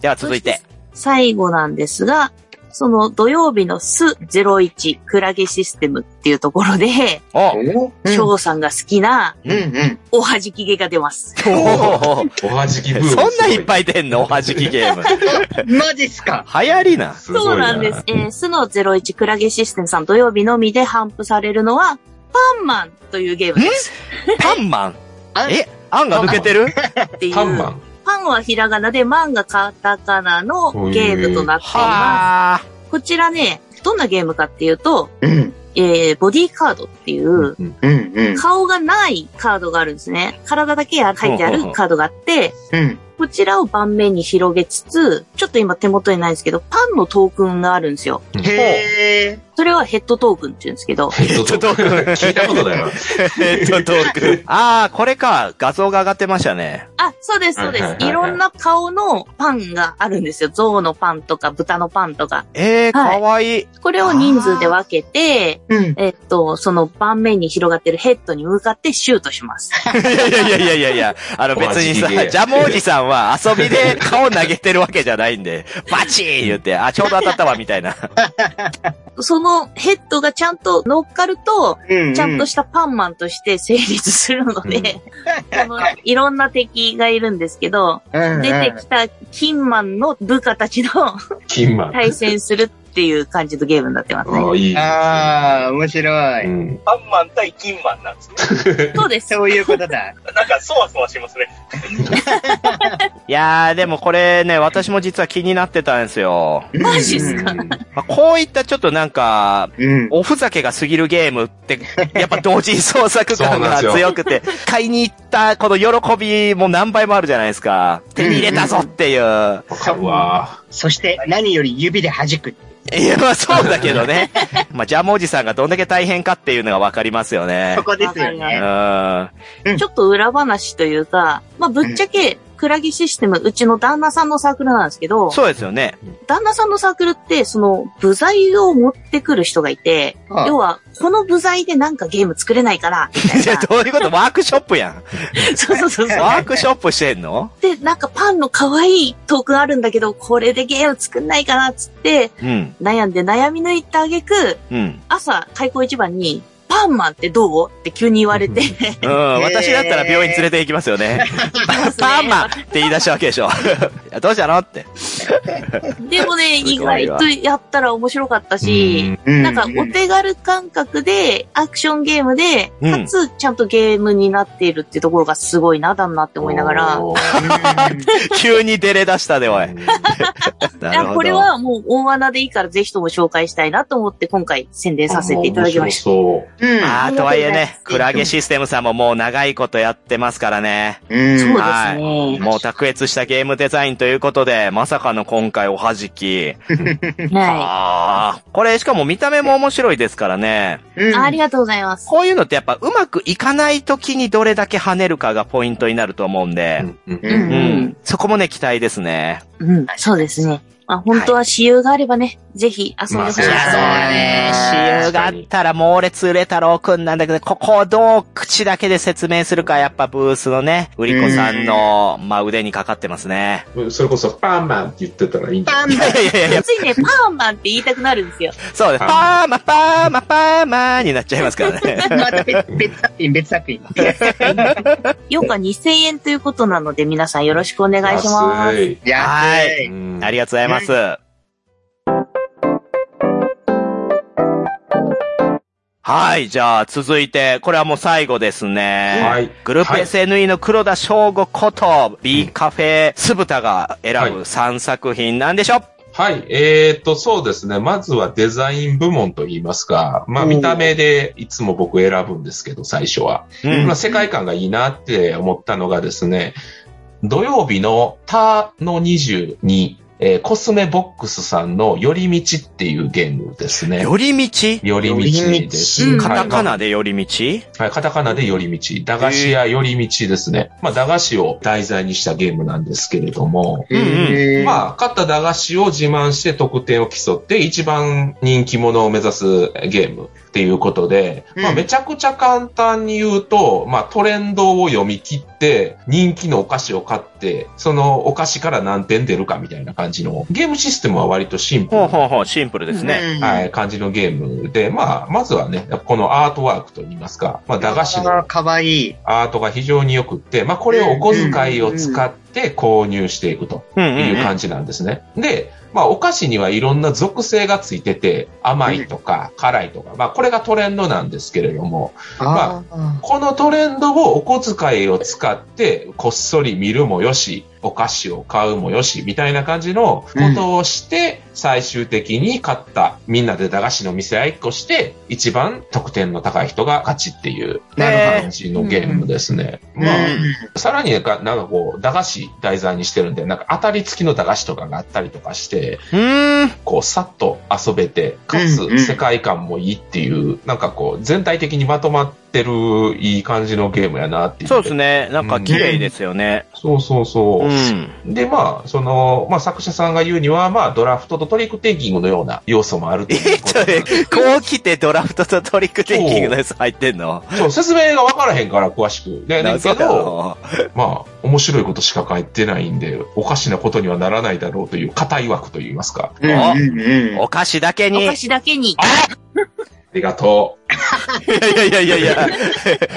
B: では続いて。
E: 最後なんですが、その土曜日のス01クラゲシステムっていうところで、
B: お
D: おうん
E: 翔さんが好きな
D: うんうん。
E: おはじき毛が出ます。
B: おー
F: おはじきブーム。
B: そんないっ
F: い。
B: ぱい出んのおはじきゲーム。
D: マジっすか
B: 流行り な。
F: すごい
E: そうなんです。。えー、スノ01クラゲシステムさん土曜日のみで頒布されるのは、パンマンというゲームです。
B: パンマン。
D: あ
B: えあんが抜けてる
E: っていう。
F: パンマン。
E: パンはひらがなで、マンがカタカナのゲームとなっていま
B: はあ。
E: す。こちらね、どんなゲームかっていうと、
D: うん。
E: えー、ボディーカードっていう、
F: うん
D: うんうん。
E: 顔がないカードがあるんですね。体だけ書いてあるカードがあって、
D: うん。
E: こちらを盤面に広げつつ、ちょっと今手元にないんですけど、パンのトークンがあるんですよ。
D: へえ。
E: それはヘッドトークンって言うんですけど、
F: ヘッドトーク。聞いたことだよ。
B: えっと、トーク。あー、これか。画像が上がってましたね。
E: あ、そうです、そうで
F: はい
E: す
F: は。いはいい
E: ろんな顔のパンがあるんですよ。象のパンとか豚のパンとか。
B: えー、かわいい。
E: これを人数で分けて、
D: うん。
E: えっと、その盤面に広がってるヘッドに向かってシュートします。
B: いやいやいやいやいや、あの別にさ、
F: お味で
B: ジャムおじさんは遊びで顔投げてるわけじゃないんで、バチーン言って、あ、ちょうど当たったわ、みたいな。
E: そのヘッドがちゃんと乗っかると、
D: うん。
E: ちゃんとしたパンマンとして成立するので、そのいろんな敵がいるんですけど、
D: うんうん
E: 出てきた金マンの部下たちの
F: 金マン。
E: 対戦するっていう感じのゲームになってます
F: あ
E: ね。
F: あ、いい。
D: ああ、面白
F: う
D: い。
F: ん。
G: パンマン対金マンなん ですね。
E: そうです。
D: そういうことだ。
G: なんか、そわそわしますね。
B: いやー、でもこれね、私も実は気になってたんですよ。
E: マジっすか
D: うん
B: まあ、こういったちょっとなんか、
D: うん。
B: おふざけが過ぎるゲームって、やっぱ同時創作感が
F: そうなんです
B: 強くて、買いに行ったこの喜びも何倍もあるじゃないですか。手に入れたぞっていう。いや、
F: わかるわ。
D: そして何より指で弾く。
B: まあそうだけどね。 まあジャムおじさんがどんだけ大変かっていうのがわかりますよね
D: そ。こですよ
E: わか
B: う
E: る
D: ね。
B: ん。
E: ちょっと裏話というか、まあ、ぶっちゃけ、クラギシステム、うちの旦那さんのサークルなんですけど、
B: そうですよね。
E: 旦那さんのサークルって、その、部材を持ってくる人がいて、
D: あ
E: 要は、この部材でなんかゲーム作れないから、み
B: じ
E: た
B: ゃ
E: い
B: あどういうことワークショップやん。
E: な。そうそうそ うそう。
B: ワークショップしてんの
E: で、なんかパンの可愛いトークンあるんだけど、これでゲーム作んないかな、つって、
B: うん。
E: 悩んで悩み抜いた挙句、
B: うん。
E: 朝、開口一番に、パンマンってどうって急に言わ れて、
B: うん。私だったら病院連れて行きますよね。パンマンって言い出したわけでしょ。い やどうしたのって。
E: でもね、意外とやったら面白かったし、
D: な
E: なんか、お手軽感覚で、アクションゲームで、
B: うん
E: かつ、ちゃんとゲームになっているっていうところがすごいな、旦那って思いながら。
F: おー。
B: 急に出れ出したで、おい。
E: い
B: なる
E: や
B: ほど。
E: これはもう大穴でいいからぜひとも紹介したいなと思って今回宣伝させていただきました。
F: そ
D: うん。
B: ああ、とはいえね、
D: あり
B: ク
D: が
B: ラ
D: とうございます
B: ゲシステムさんももう長いことやってますからね。
D: うん
E: そうです
B: は
E: ね。
B: もう卓越したゲームデザインということで、まさかの今回おはじき。
E: は
B: ああ、これしかも見た目も面白いですからね。
E: い。
D: うん
E: ありがとうございます。
B: こういうのってやっぱうまくいかない時にどれだけ跳ねるかがポイントになると思うん
F: う。
B: で
F: う、んうん
D: う。
E: うん
B: うん
E: ん。
B: そこもね、期待ですね。
E: うん。そうですね。まあ本当は私有があればね、ぜひ遊んでほしいで
B: い
E: す。
B: や、そうね。私有があったら猛烈売れ太郎くんなんだけど、ここをどう口だけで説明するか、やっぱブースのね、売り子さんの、まあ、腕にかかってますね。
F: それこそパンマンって言ってたらいいんじゃない
D: パン
B: いやいやいやいや、
E: ついね、パーマンって言いたくなるんですよ。
B: そうね。パーマ、パーマ、パーマーになっちゃいますから ね。
D: また別別作品、別作品。
E: よ価2000円ということなので、皆さんよろしくお願いします。
F: 安い。
D: いや
B: は
D: ー
B: いありがとうございます。はい、じゃあ続いて、これはもう最後ですね。
F: はい
B: グループ
F: はい
B: SNE の黒田翔吾こと B カフェ酢豚が選
F: はい
B: ぶ3作品なんでしょう
F: はい。えー、と、そうですね。まずはデザイン部門といいますか、まあ
C: うん
F: 見た目でいつも僕選ぶんですけど、最初は。
B: うん
F: まあ世界観がいいなって思ったのがですね、土曜日のタの22、えーコスメボックスさんの寄り道っていうゲームですね。
B: 寄り道
F: 寄り道です。
E: 寄り道
F: はい
B: カタカナで寄り道
F: はい、カタカナで寄り道。駄菓子屋寄り道ですね。まあ、駄菓子を題材にしたゲームなんですけれども、
B: うん
D: えー
F: まあ、買った駄菓子を自慢して得点を競って、一番人気者を目指すゲームっていうことで、まあ、
D: うん
F: めちゃくちゃ簡単に言うと、まあ、トレンドを読み切って、人気のお菓子を買って、そのお菓子から何点出るかみたいな感じの、ゲームシステムは割とシンプ
B: ほ
F: ル
B: う
F: な
B: ほうほう、シンプルですね。
D: うん
F: はい、感じのゲームで、まあ、まずはね、このアートワークといいますか、まあ、駄菓子
D: あー
F: の
D: かわいい。
F: アートが非常に良くって、まあ、これをお小遣いを使って購入していくと
B: うんうん
F: いう
B: うん。
F: 感じなんですね。で、まあ、お菓子にはいろんな属性がついてて、甘いとか辛いとか、まあ、これがトレンドなんですけれども、
D: あー、
F: このトレンドをお小遣いを使って、こっそり見るもよし、お菓子を買うもよし、みたいな感じのことをして、最終的に買った、みんなで駄菓子の店合いっこして、一番得点の高い人が勝ちっていう
B: なるほど
F: 感じのゲームですね。
D: うん
F: まあ、さらになんか、なんかこう、駄菓子題材にしてるんで、なんか当たり付きの駄菓子とかがあったりとかして、
B: うーん。
F: こう、さっと遊べて、か
D: うんうん
F: つ世界観もいいっていう、なんかこう、全体的にまとまってるいい感じのゲームやなっていう。
B: そうです。ね。なんか綺麗ですよね。
F: そうそうそうう。
B: ん。
F: で、まあ、その、まあ、作者さんが言うには、まあ、ドラフトとトリックテイキングのような要素もあると
B: え、
F: いうこ
B: ちょ
F: と
B: っと
F: で。
B: こう来てドラフトとトリックテイキングのやつ入ってんの
F: そう、説明が分からへんから、詳しく。で、だけ
B: 謎だ
F: ど、
B: ろう
F: まあ、面白いことしか書いてないんで、おかしなことにはならないだろうという、固い枠といいますか。
D: うんうんうん
B: お菓子だけ
E: お
B: に。い
E: 菓子だけに。
F: ありがと
B: やいやいやいや。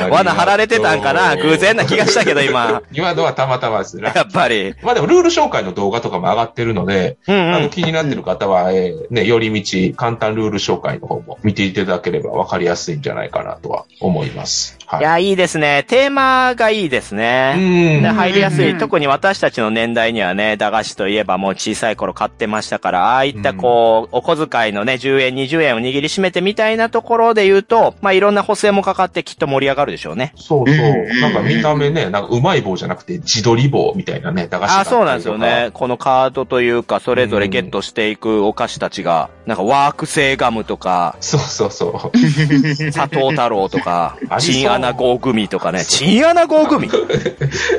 F: う。
B: 罠張られてたんかな偶然な気がしたけど、 今。
F: 今のはたまたまですね。
B: やっぱり。
F: まあでも、ルール紹介の動画とかも上がってるので、
B: うん
F: あ
B: う
F: の、
B: ん。
F: 気になってる方は、えーね、寄り道、簡単ルール紹介の方も見ていただければ分かりやすいんじゃないかなとは思います。はいい。
B: や、いいですね。テーマがいいです
F: う
B: ね。
F: ん
B: で。入りやす
D: うん
B: い。特に私たちの年代にはね、駄菓子といえばもう小さい頃買ってましたから、ああいったこう、お小遣いのね、10円、20円を握りしめてみたいなところで言うと、まあいろんな補正もかかってきっと盛り上がるでしょうね。
F: そうそう。
D: うん
F: なんか見た目ね、なんかうまい棒じゃなくて自撮り棒みたいなね、駄菓子が
B: あ
F: あ
B: あ、
F: ったり
B: そ
F: とか
B: うなんですよね。。このカードというか、それぞれゲットしていくお菓子たちが、なんかワーク製ガムとか、
F: そうそうそう。
B: 砂糖太郎とか
F: あ、りそう
B: チンアナゴグミとかね。チンアナゴグ ミ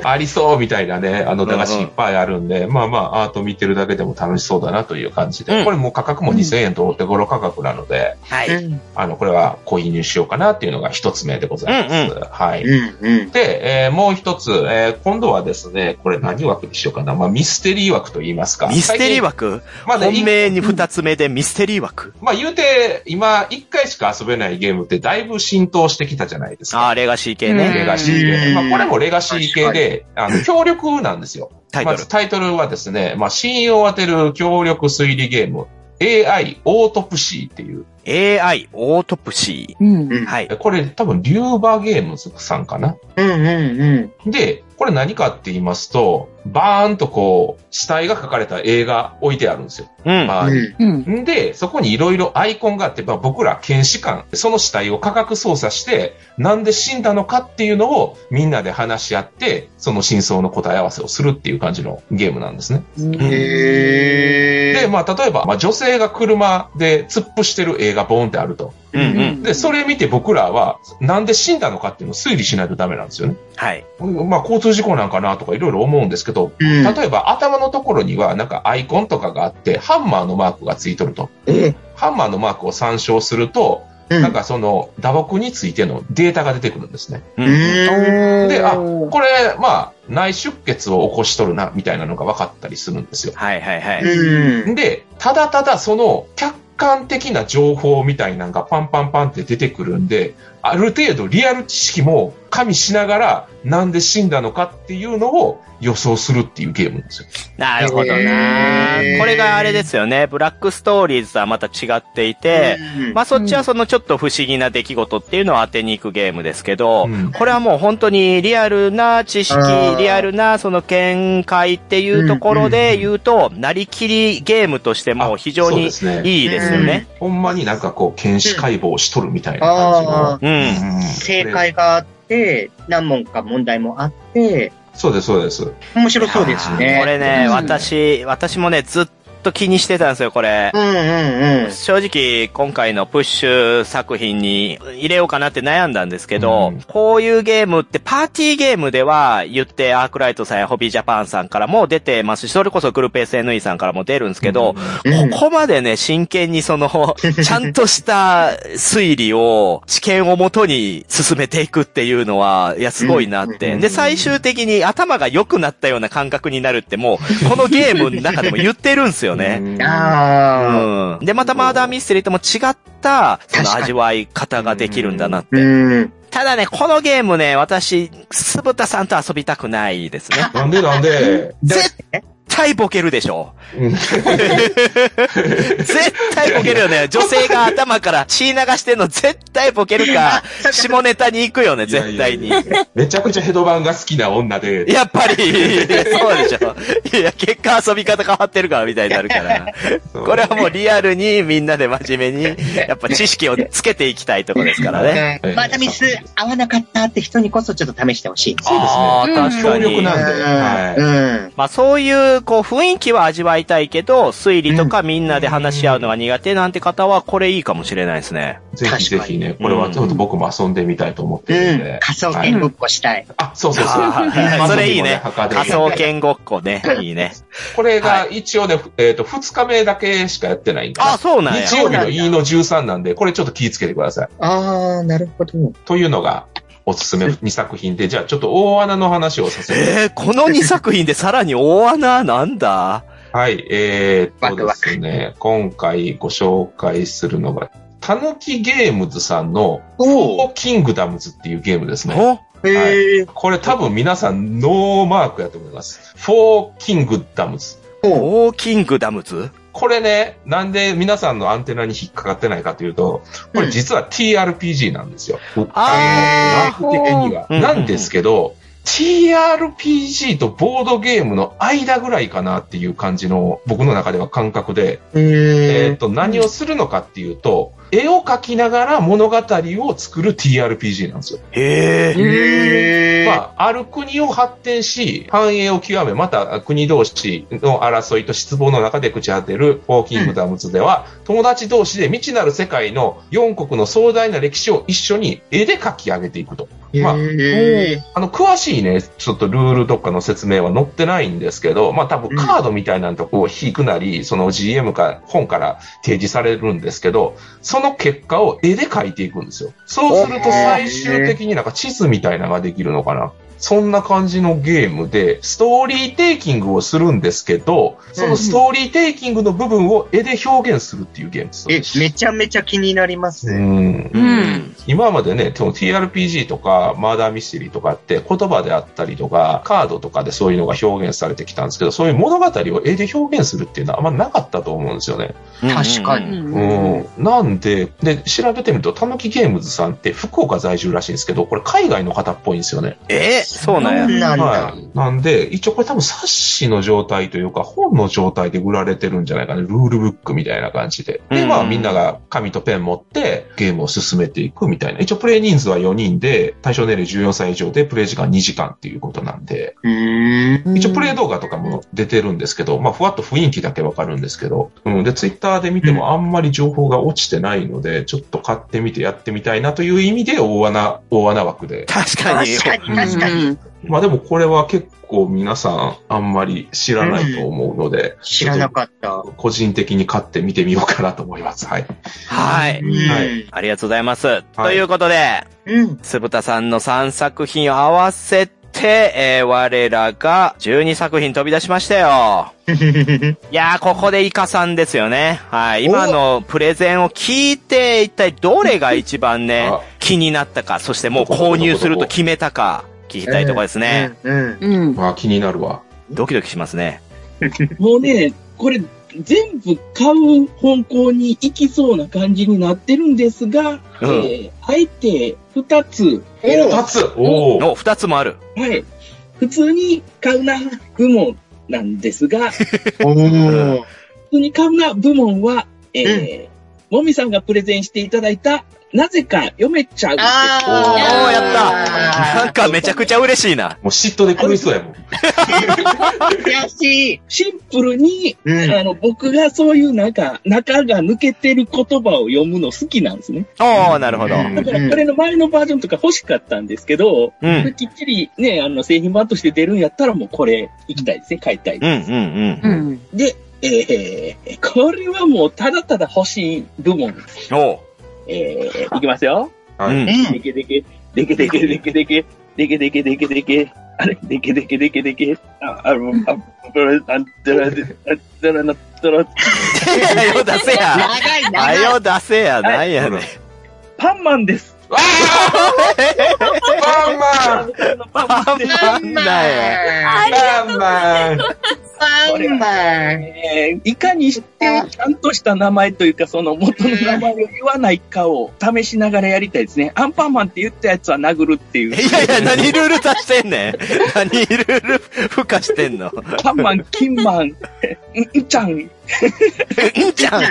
F: ありそうみたいなね、あの駄菓子いっぱいあるんで、まあまあ、アート見てるだけでも楽しそうだなという感じで、
B: うん
F: これもう価格も2000円とお手頃価格なので、
B: はい。
D: う
B: うん
D: ん
F: あの、これは購入しようかなっていうのが一つ目でございます。
B: う
F: はい。
D: うんうん。
F: で、えーもう一つ、えー今度はですね、これ何枠にしようかな。まあ、ミステリー枠と言いますか。
B: ミステリー枠
F: まあね、
B: 本
F: い
B: 命に二つ目でミステリー枠
F: まあ、言うて、今、一回しか遊べないゲームってだいぶ浸透してきたじゃないですか。
B: ああ、レガシー系
F: レ
B: ね。
F: ガシー
D: う
F: 系。
D: ん
F: まあ、これもレガシー系で、あの、協力なんですよ。
B: タイト
F: ま
B: ル
F: ず。タイトルはですね、まあ、信用を当てる協力推理ゲーム、AI オートプシーっていう、
B: AI オートプシ
E: うん
D: うん
B: ー。はい。
F: これ多分リューバーゲームズさんかな。
D: うんうんうん。
F: で、これ何かって言いますと、バーンとこう、死体が書かれた映画置いてあるんですよ。
B: うん。
F: まあ
D: うん
E: うん。
F: で、そこにいろいろアイコンがあって、まあ、僕ら検視官、その死体を科学捜査して、なんで死んだのかっていうのをみんなで話し合って、その真相の答え合わせをするっていう感じのゲームなんですね。
D: へ
F: で、
D: ー。
F: まあ、例えば、まあ、女性が車で突っ伏してる映がボーンってあると。
B: うんうん。
F: で、それ見て僕らは、なんで死んだのかっていうのを推理しないとダメなんですよね。
B: はい。
F: まあ、交通事故なんかなとかいろいろ思うんですけど、
D: うん。
F: 例えば頭のところにはなんかアイコンとかがあって、ハンマーのマークがついとると。
D: え
F: ハンマーのマークを参照すると、
D: うん
F: なんかその打撲についてのデータが出てくるんですね。
B: う
D: う。ーん。
F: で、あ、これ、まあ、内出血を起こしとるな、みたいなのが分かったりするんですよ。
B: はいはいは
D: う
B: い。
D: ん。
F: で、ただただその客観的な情報みたいなのがパンパンパンって出てくるんで、ある程度リアル知識も加味しながら、なんで死んだのかっていうのを予想するっていうゲームなんですよ。
B: なるほどな
D: へー
B: これがあれですよね。ブラックストーリーズとはまた違っていて、
D: うん
B: まあそっちはそのちょっと不思議な出来事っていうのを当てに行くゲームですけど、
F: うん
B: これはもう本当にリアルな知識
D: あー、
B: リアルなその見解っていうところで言うと、なりきりゲームとしても非常
F: そう
B: に
F: ですね。
B: いいですよね。
F: ほんまになんかこう、検視解剖しとるみたいな感じの
D: あ。
B: うん。
F: うん
D: 正解があって、何問か問題もあって、
F: そうです、そうです。
D: 面白そうですね。
B: これね、
D: うん
B: 私、私もね、ずっと気にしてたんですよ、これ。
D: うんうんうん。
B: 正直、今回のプッシュ作品に入れようかなって悩んだんですけど、
F: うん
B: こういうゲームってパーティーゲームでは言って、アークライトさんやホビージャパンさんからも出てますし、それこそグループ SNE さんからも出るんですけど、
D: うん
B: ここまでね、真剣にそ の、ちゃんとした推理を、知見をもとに進めていくっていうのは、いや、すごいなっ
D: う
B: て。
D: ん
B: で、最終的に頭が良くなったような感覚になるってもう、このゲームの中でも言ってるんすよね。
F: うん
D: ああ。
B: うん。で、またマーダーミステリーとも違った、その味わい方ができるんだなって。
D: うん。
B: ただね、このゲームね、私、すぶたさんと遊びたくないですね。
F: なんでなんで、
B: 絶対ボケるでしょ。
F: うん
B: 絶対ボケるよね。女性が頭から血流してんの絶対ボケる か、下ネタに行くよね、絶対に。
F: いやいやいやめちゃくちゃヘドバンが好きな女で、
B: やっぱり、そうでしょ。いや、結果遊び方変わってるから、みたいになる から。これはもうリアルにみんなで真面目に、 やっぱ知識をつけていきたいとこですからね。
D: うんまたミス合わなかったって人にこそちょっと試してほしいです。
F: そうですね
B: あー確かに
F: 強力なんで、はい。
D: うん。
B: まあそういう、こう、雰囲気は味わいたいけど、推理とかみんなで話し合うのが苦手なんて方は、これいいかもしれないですね。
F: ぜひぜひね、これはちょっと僕も遊んでみたいと思って
D: う
F: るん
D: ん。
F: で。
D: 仮想
F: は
D: 研
F: い
D: ごっこしたい。
F: あ、そうそうそう。
B: あーそれいいね
F: まさにも
B: 仮
F: ね
B: 想研ごっこね。いいね。
F: これが一応ね、えっと、2日目だけしかやってないんで。
B: あ、そうなんや。
F: 日曜日の E の13なんで、これちょっと気をつけてください。
D: ああ、なるほど。
F: というのが、おすすめ2作品で、じゃあちょっと大穴の話をさせて。
B: えー、この2作品でさらに大穴なんだ
F: はい、えー、っと
D: ワク
F: で
D: ワク
F: すね、今回ご紹介するのが、たぬきゲームズさんの、フォーキングダムズっていうゲームですね。
B: お
D: へえ。
F: これ多分皆さんノーマークやと思います。フォーキングダムズ。
D: ほう。
B: オーキングダムズ
F: これね、なんで皆さんのアンテナに引っかかってないかというと、これ実は TRPG なんですよ。
B: あ
F: 科学的には。
B: うん
F: なんですけど、TRPG とボードゲームの間ぐらいかなっていう感じの僕の中では感覚で、えーっ
D: え
F: と、何をするのかっていうと、絵を描きながら物語を作る TRPG なんですよ。
B: へえ。
D: え。
F: まあ、ある国を発展し、繁栄を極め、また国同士の争いと失望の中で朽ち果てるフォーキングダムズでは、友達同士で未知なる世界の4国の壮大な歴史を一緒に絵で描き上げていくと。まあ
D: へ
F: あの、詳しいね、ちょっとルールとかの説明は載ってないんですけど、まあ多分カードみたいなとこを引くなり、その GM か本から提示されるんですけど、その結果を絵で描いていくんですよ。そうすると最終的になんか地図みたいなのができるのかな。そんな感じのゲームで、ストーリーテイキングをするんですけど、そのストーリーテイキングの部分を絵で表現するっていうゲームです。
D: え、めちゃめちゃ気になります
F: う
D: ね。
F: ん
B: う
E: うんん。
F: 今までね、その TRPG とか、マーダーミステリーとかって言葉であったりとか、カードとかでそういうのが表現されてきたんですけど、そういう物語を絵で表現するっていうのはあんまなかったと思うんですよね。
D: 確か
E: う
D: に
E: ん
F: うん。なんで、で、調べてみると、たぬきゲームズさんって福岡在住らしいんですけど、これ海外の方っぽいんですよね。
B: えー、そうなんや。
D: なんだ。
F: い。なんで、一応これ多分冊子の状態というか、本の状態で売られてるんじゃないかね。ルールブックみたいな感じで。で、まあ
B: うん
F: みんなが紙とペン持ってゲームを進めていくみみたいな。一応プレイ人数は4人で、対象年齢14歳以上で、プレイ時間2時間っていうことなんで、
D: うーん。
F: 一応プレイ動画とかも出てるんですけど、まあ、ふわっと雰囲気だけわかるんですけど、うん。で、ツイッターで見てもあんまり情報が落ちてないので、ちょっと買ってみてやってみたいなという意味で、大穴、大穴枠で。
B: 確かに
D: 確。かに、確かに。
E: に。
F: まあでもこれは結構皆さんあんまり知らないと思うので、
D: 知らなかった。
F: 個人的に買って見てみようかなと思います。はい。
B: はい。
D: うん。
B: ありがとうございます。ということで、
D: うん。
B: つぶたさんの3作品を合わせて、えー我らが12作品飛び出しましたよ。いやー、ここでイカさんですよね。はい。今のプレゼンを聞いて、一体どれが一番ね
F: あ、
B: 気になったか、そしてもう購入すると決めたか、聞きたいところですね。
D: うん。
E: うん。
F: まあ気になるわ。
B: ドキドキしますね。
C: もうね、これ、全部買う方向に行きそうな感じになってるんですが、
B: うん
C: えーあえて2つ、
F: おお立つおお
B: お、二つもある。
C: はい、普通に買うな部門なんですが、普
D: おー。
C: 通に買うな部門は、えーもみさんがプレゼンしていただいた、なぜか読めちゃうです。
B: おー、
D: ー
B: やったなんかめちゃくちゃ嬉しいな。
F: もう嫉妬で狂いそうやもん。
D: 悔しい。
C: シンプルに、
D: うん。
C: あの、僕がそういうなんか、中が抜けてる言葉を読むの好きなんですね。
B: おー、なるほど。
D: うん
C: だから、これの前のバージョンとか欲しかったんですけど、
B: うん。うん、
C: きっちりね、あの、製品版として出るんやったらもうこれ、行きたいですね、買いたい。
B: うん、うん。
E: うん。
C: で、えー、これはもうただただ欲しい部門。
B: お
C: えー、いきますよ。
B: ー、う
F: はい
B: ん。
C: でけでけ、でけでけでけでけ、でけでけでけでけ、あれ、でけでけでけでけ、あ、あの、あ、ぶら、あ、だら、だら、な、だら、
B: よ出せや。
D: 長い
B: あ
D: 長い。
B: よ出せや、なんやねん。
C: パンマンです。
F: わあ
C: パンマン
B: パンマ
D: パン
B: ン
D: マン
B: だよ。
F: パンマンパンマン
D: パンマン
C: えーいかにして、ちゃんとした名前というか、その元の名前を言わないかを試しながらやりたいですね。アンパンマンって言ったやつは殴るってい。
B: いうやいや、何ルール出してん ねん。何ルール付加してんの。
C: パンマン、キンマン、んんちゃん、
B: うんちゃん。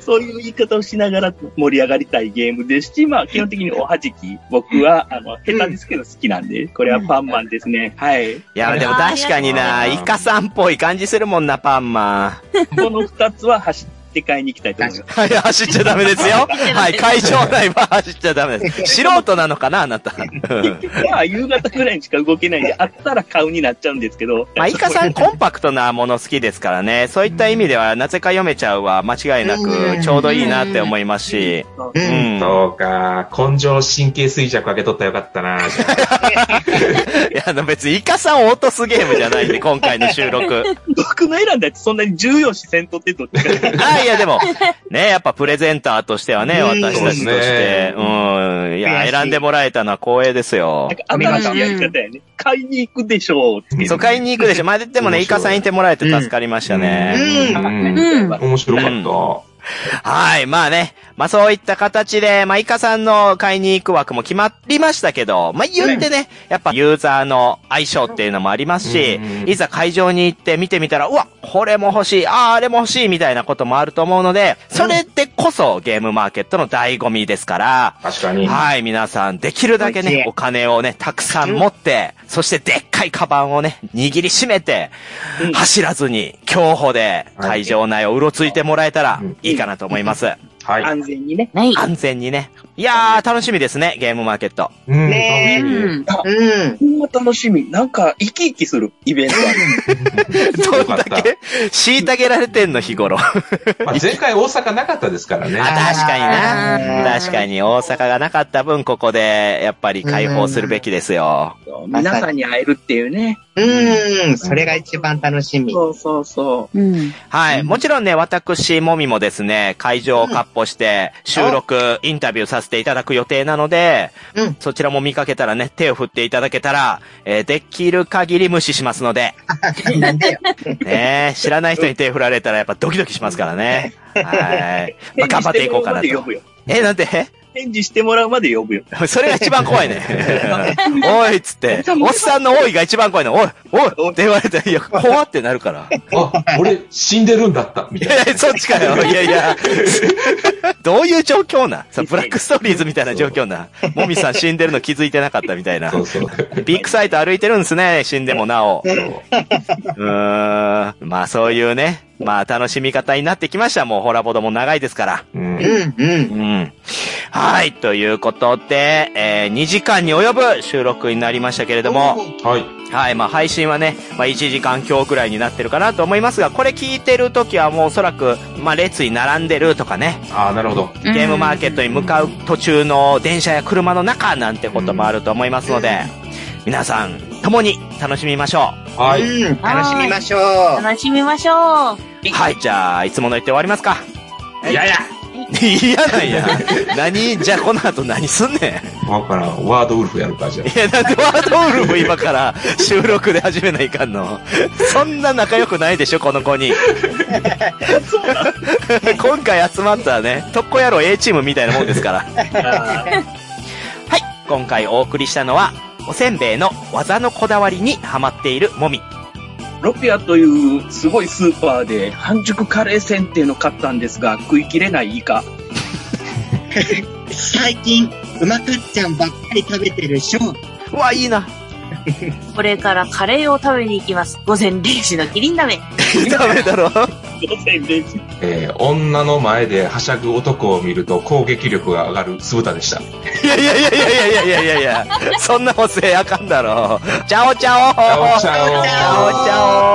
C: そういう言い方をしながら盛り上がりたいゲームですし、まあ基本的におはじき、僕は、あの、下手ですけど好きなんで、これはパンマンですね。はい。
B: いや、でも確かにな、イカさんっぽい感じするもんな、パンマ
C: この二つは走って買いに行きたいと思いま
B: ン。はい、走っちゃダメですよ。はい、会場内は走っちゃダメ です。素人なのかな、あな た。うん
C: す。まあ夕方ぐらいにしか動けないんで、あったら買うになっちゃうんですけど。
B: まあ、イカさんコンパクトなもの好きですからね。そういった意味では、なぜか読めちゃうは間違いなく、ちょうどいいなって思いますし。
D: う。
B: うんん。
F: そうか、根性神経衰弱上げとったらよかったな。
B: いや、あの別にイカさんを落とすゲームじゃないんで、今回の収 録。
C: 僕の選んだやつそんなに重要視せんとってどっちか。
B: あ、いやでも、ね、やっぱプレゼンターとしてはね、
D: うん
B: 私たちとして、うん、いや、
D: 悔しい
B: 選んでもらえたのは光栄ですよ
C: なん。か新しいやり方やね。買いに行くでしょうってい う。
B: そう、買いに行くでしょ。まあ、でもね、
F: 面白い
B: イカさんいてもらえて助かりましたね。
D: うん。
F: うん。
E: うん。
F: 面白かっ
B: はい、まあね。まあそういった形で、まあイカさんの買いに行く枠も決まりましたけど、まあ言ってね、やっぱユーザーの相性っていうのもありますし
F: う、ん
B: いざ会場に行って見てみたら、うわ、これも欲しい、ああ、あれも欲しいみたいなこともあると思うので、それでこそゲームマーケットの醍醐味ですから、
F: た。確かに。
B: はい、皆さん、できるだけ
D: 美味
B: ね
D: し、い
B: お金をね、たくさん持って、そしてでっかいカバンをね、握りしめて、
C: うん
B: 走らずに、競歩で
F: はい
B: 会場内をうろついてもらえたら
F: うん
B: いいかなと思います。
F: はい。
C: 安全にね。
E: ない。
B: 安全にね。いやー、楽しみですね、ゲームマーケッ ト。
F: うん
E: う
D: ね
E: ん。
D: うん。
C: こんな楽しみ。なんか、生き生きするイベントある。
B: ど
F: よ
B: ん
F: かっ
B: だ
F: た
B: け、虐げられてんの、日頃。あ、
F: まあ、前回大阪なかったですからね。
B: 確かにな。
D: あー
B: 確かに、大阪がなかった分、ここで、やっぱり解放するべきですよ。
C: 皆さんに会えるっていうね。
D: うん。それが一番楽しみ。
C: そうそうそ
E: うん。
B: はい。もちろんね、私もみもですね、会場を割歩して、収録、インタビューさせていただく予定なので、
D: うん。
B: そちらも見かけたらね、手を振っていただけたら、えーできる限り無視しますので、
D: なんでよ。
B: ね知らない人に手振られたらやっぱドキドキしますからね。はい。
C: う。
B: まあ、頑張っていこうかなと
C: 返事してもらうまで呼。ぶよ。
B: え、なんて
C: 返事してもらうまで呼ぶよ。
B: それが一番怖いね。おいっつって、おっさんのおいが一番怖いの。おいおいって言われて、いや、怖ってなるから。
F: あ、俺、死んでるんだった、み
B: い
F: たいな。
B: やいや、そっちかよ。いやいや。どういう状況なんさ、ブラックストーリーズみたいな状況なんもみさん死んでるの気づいてなかったみたいな。
F: そうそう。
B: ビッグサイト歩いてるんですね、死んでもなお。うーん。まあそういうね、まあ楽しみ方になってきました。もうホラボドも長いですから。
F: うん
D: うんうん。
B: うん。はい、ということで、えー2時間に及ぶ収録になりましたけれども、
F: はい。
B: はい、まあ配信はね、まあ1時間強ぐらいになってるかなと思いますが、これ聞いてる時はもうおそらく、まあ列に並んでるとかね、
F: ああ、なるほど。
B: ゲームマーケットに向かう途中の電車や車の中なんてこともあると思いますので、皆さん、共に楽しみましょ
F: はい。
D: うん、楽しみましょう。
E: 楽しみましょう。
B: う。はい、じゃあ、いつもの言って終わりますか。
F: いやいや
B: 嫌 なんや。何 じゃあ、この後何すんねん。
F: わからん。ワードウルフやるか、じゃあ。
B: いや、なんでワードウルフ今から収録で始めないかんのそんな仲良くないでしょ、この子 に。今回集まったね、特攻野郎 A チームみたいなもんですから。はい、今回お送りしたのは、おせんべいの技のこだわりにハマっているもみ。
H: ロピアというすごいスーパーで半熟カレーせんっていうの買ったんですが、食い切れないイカ。
D: 最近、うまかっちゃんばっかり食べてるショー。
B: うわ、いいな。
E: これからカレーを食べに行きます。午前0時のキリンダメ。
B: ダメだろ。
F: えー女の前ではしゃぐ男を見ると攻撃力が上がる酢豚でした。
B: いやいやいやいやいやいやいやいやそんな補正あかんだろ。チャオチャオ
F: チャオチャオ
B: チャオチャオ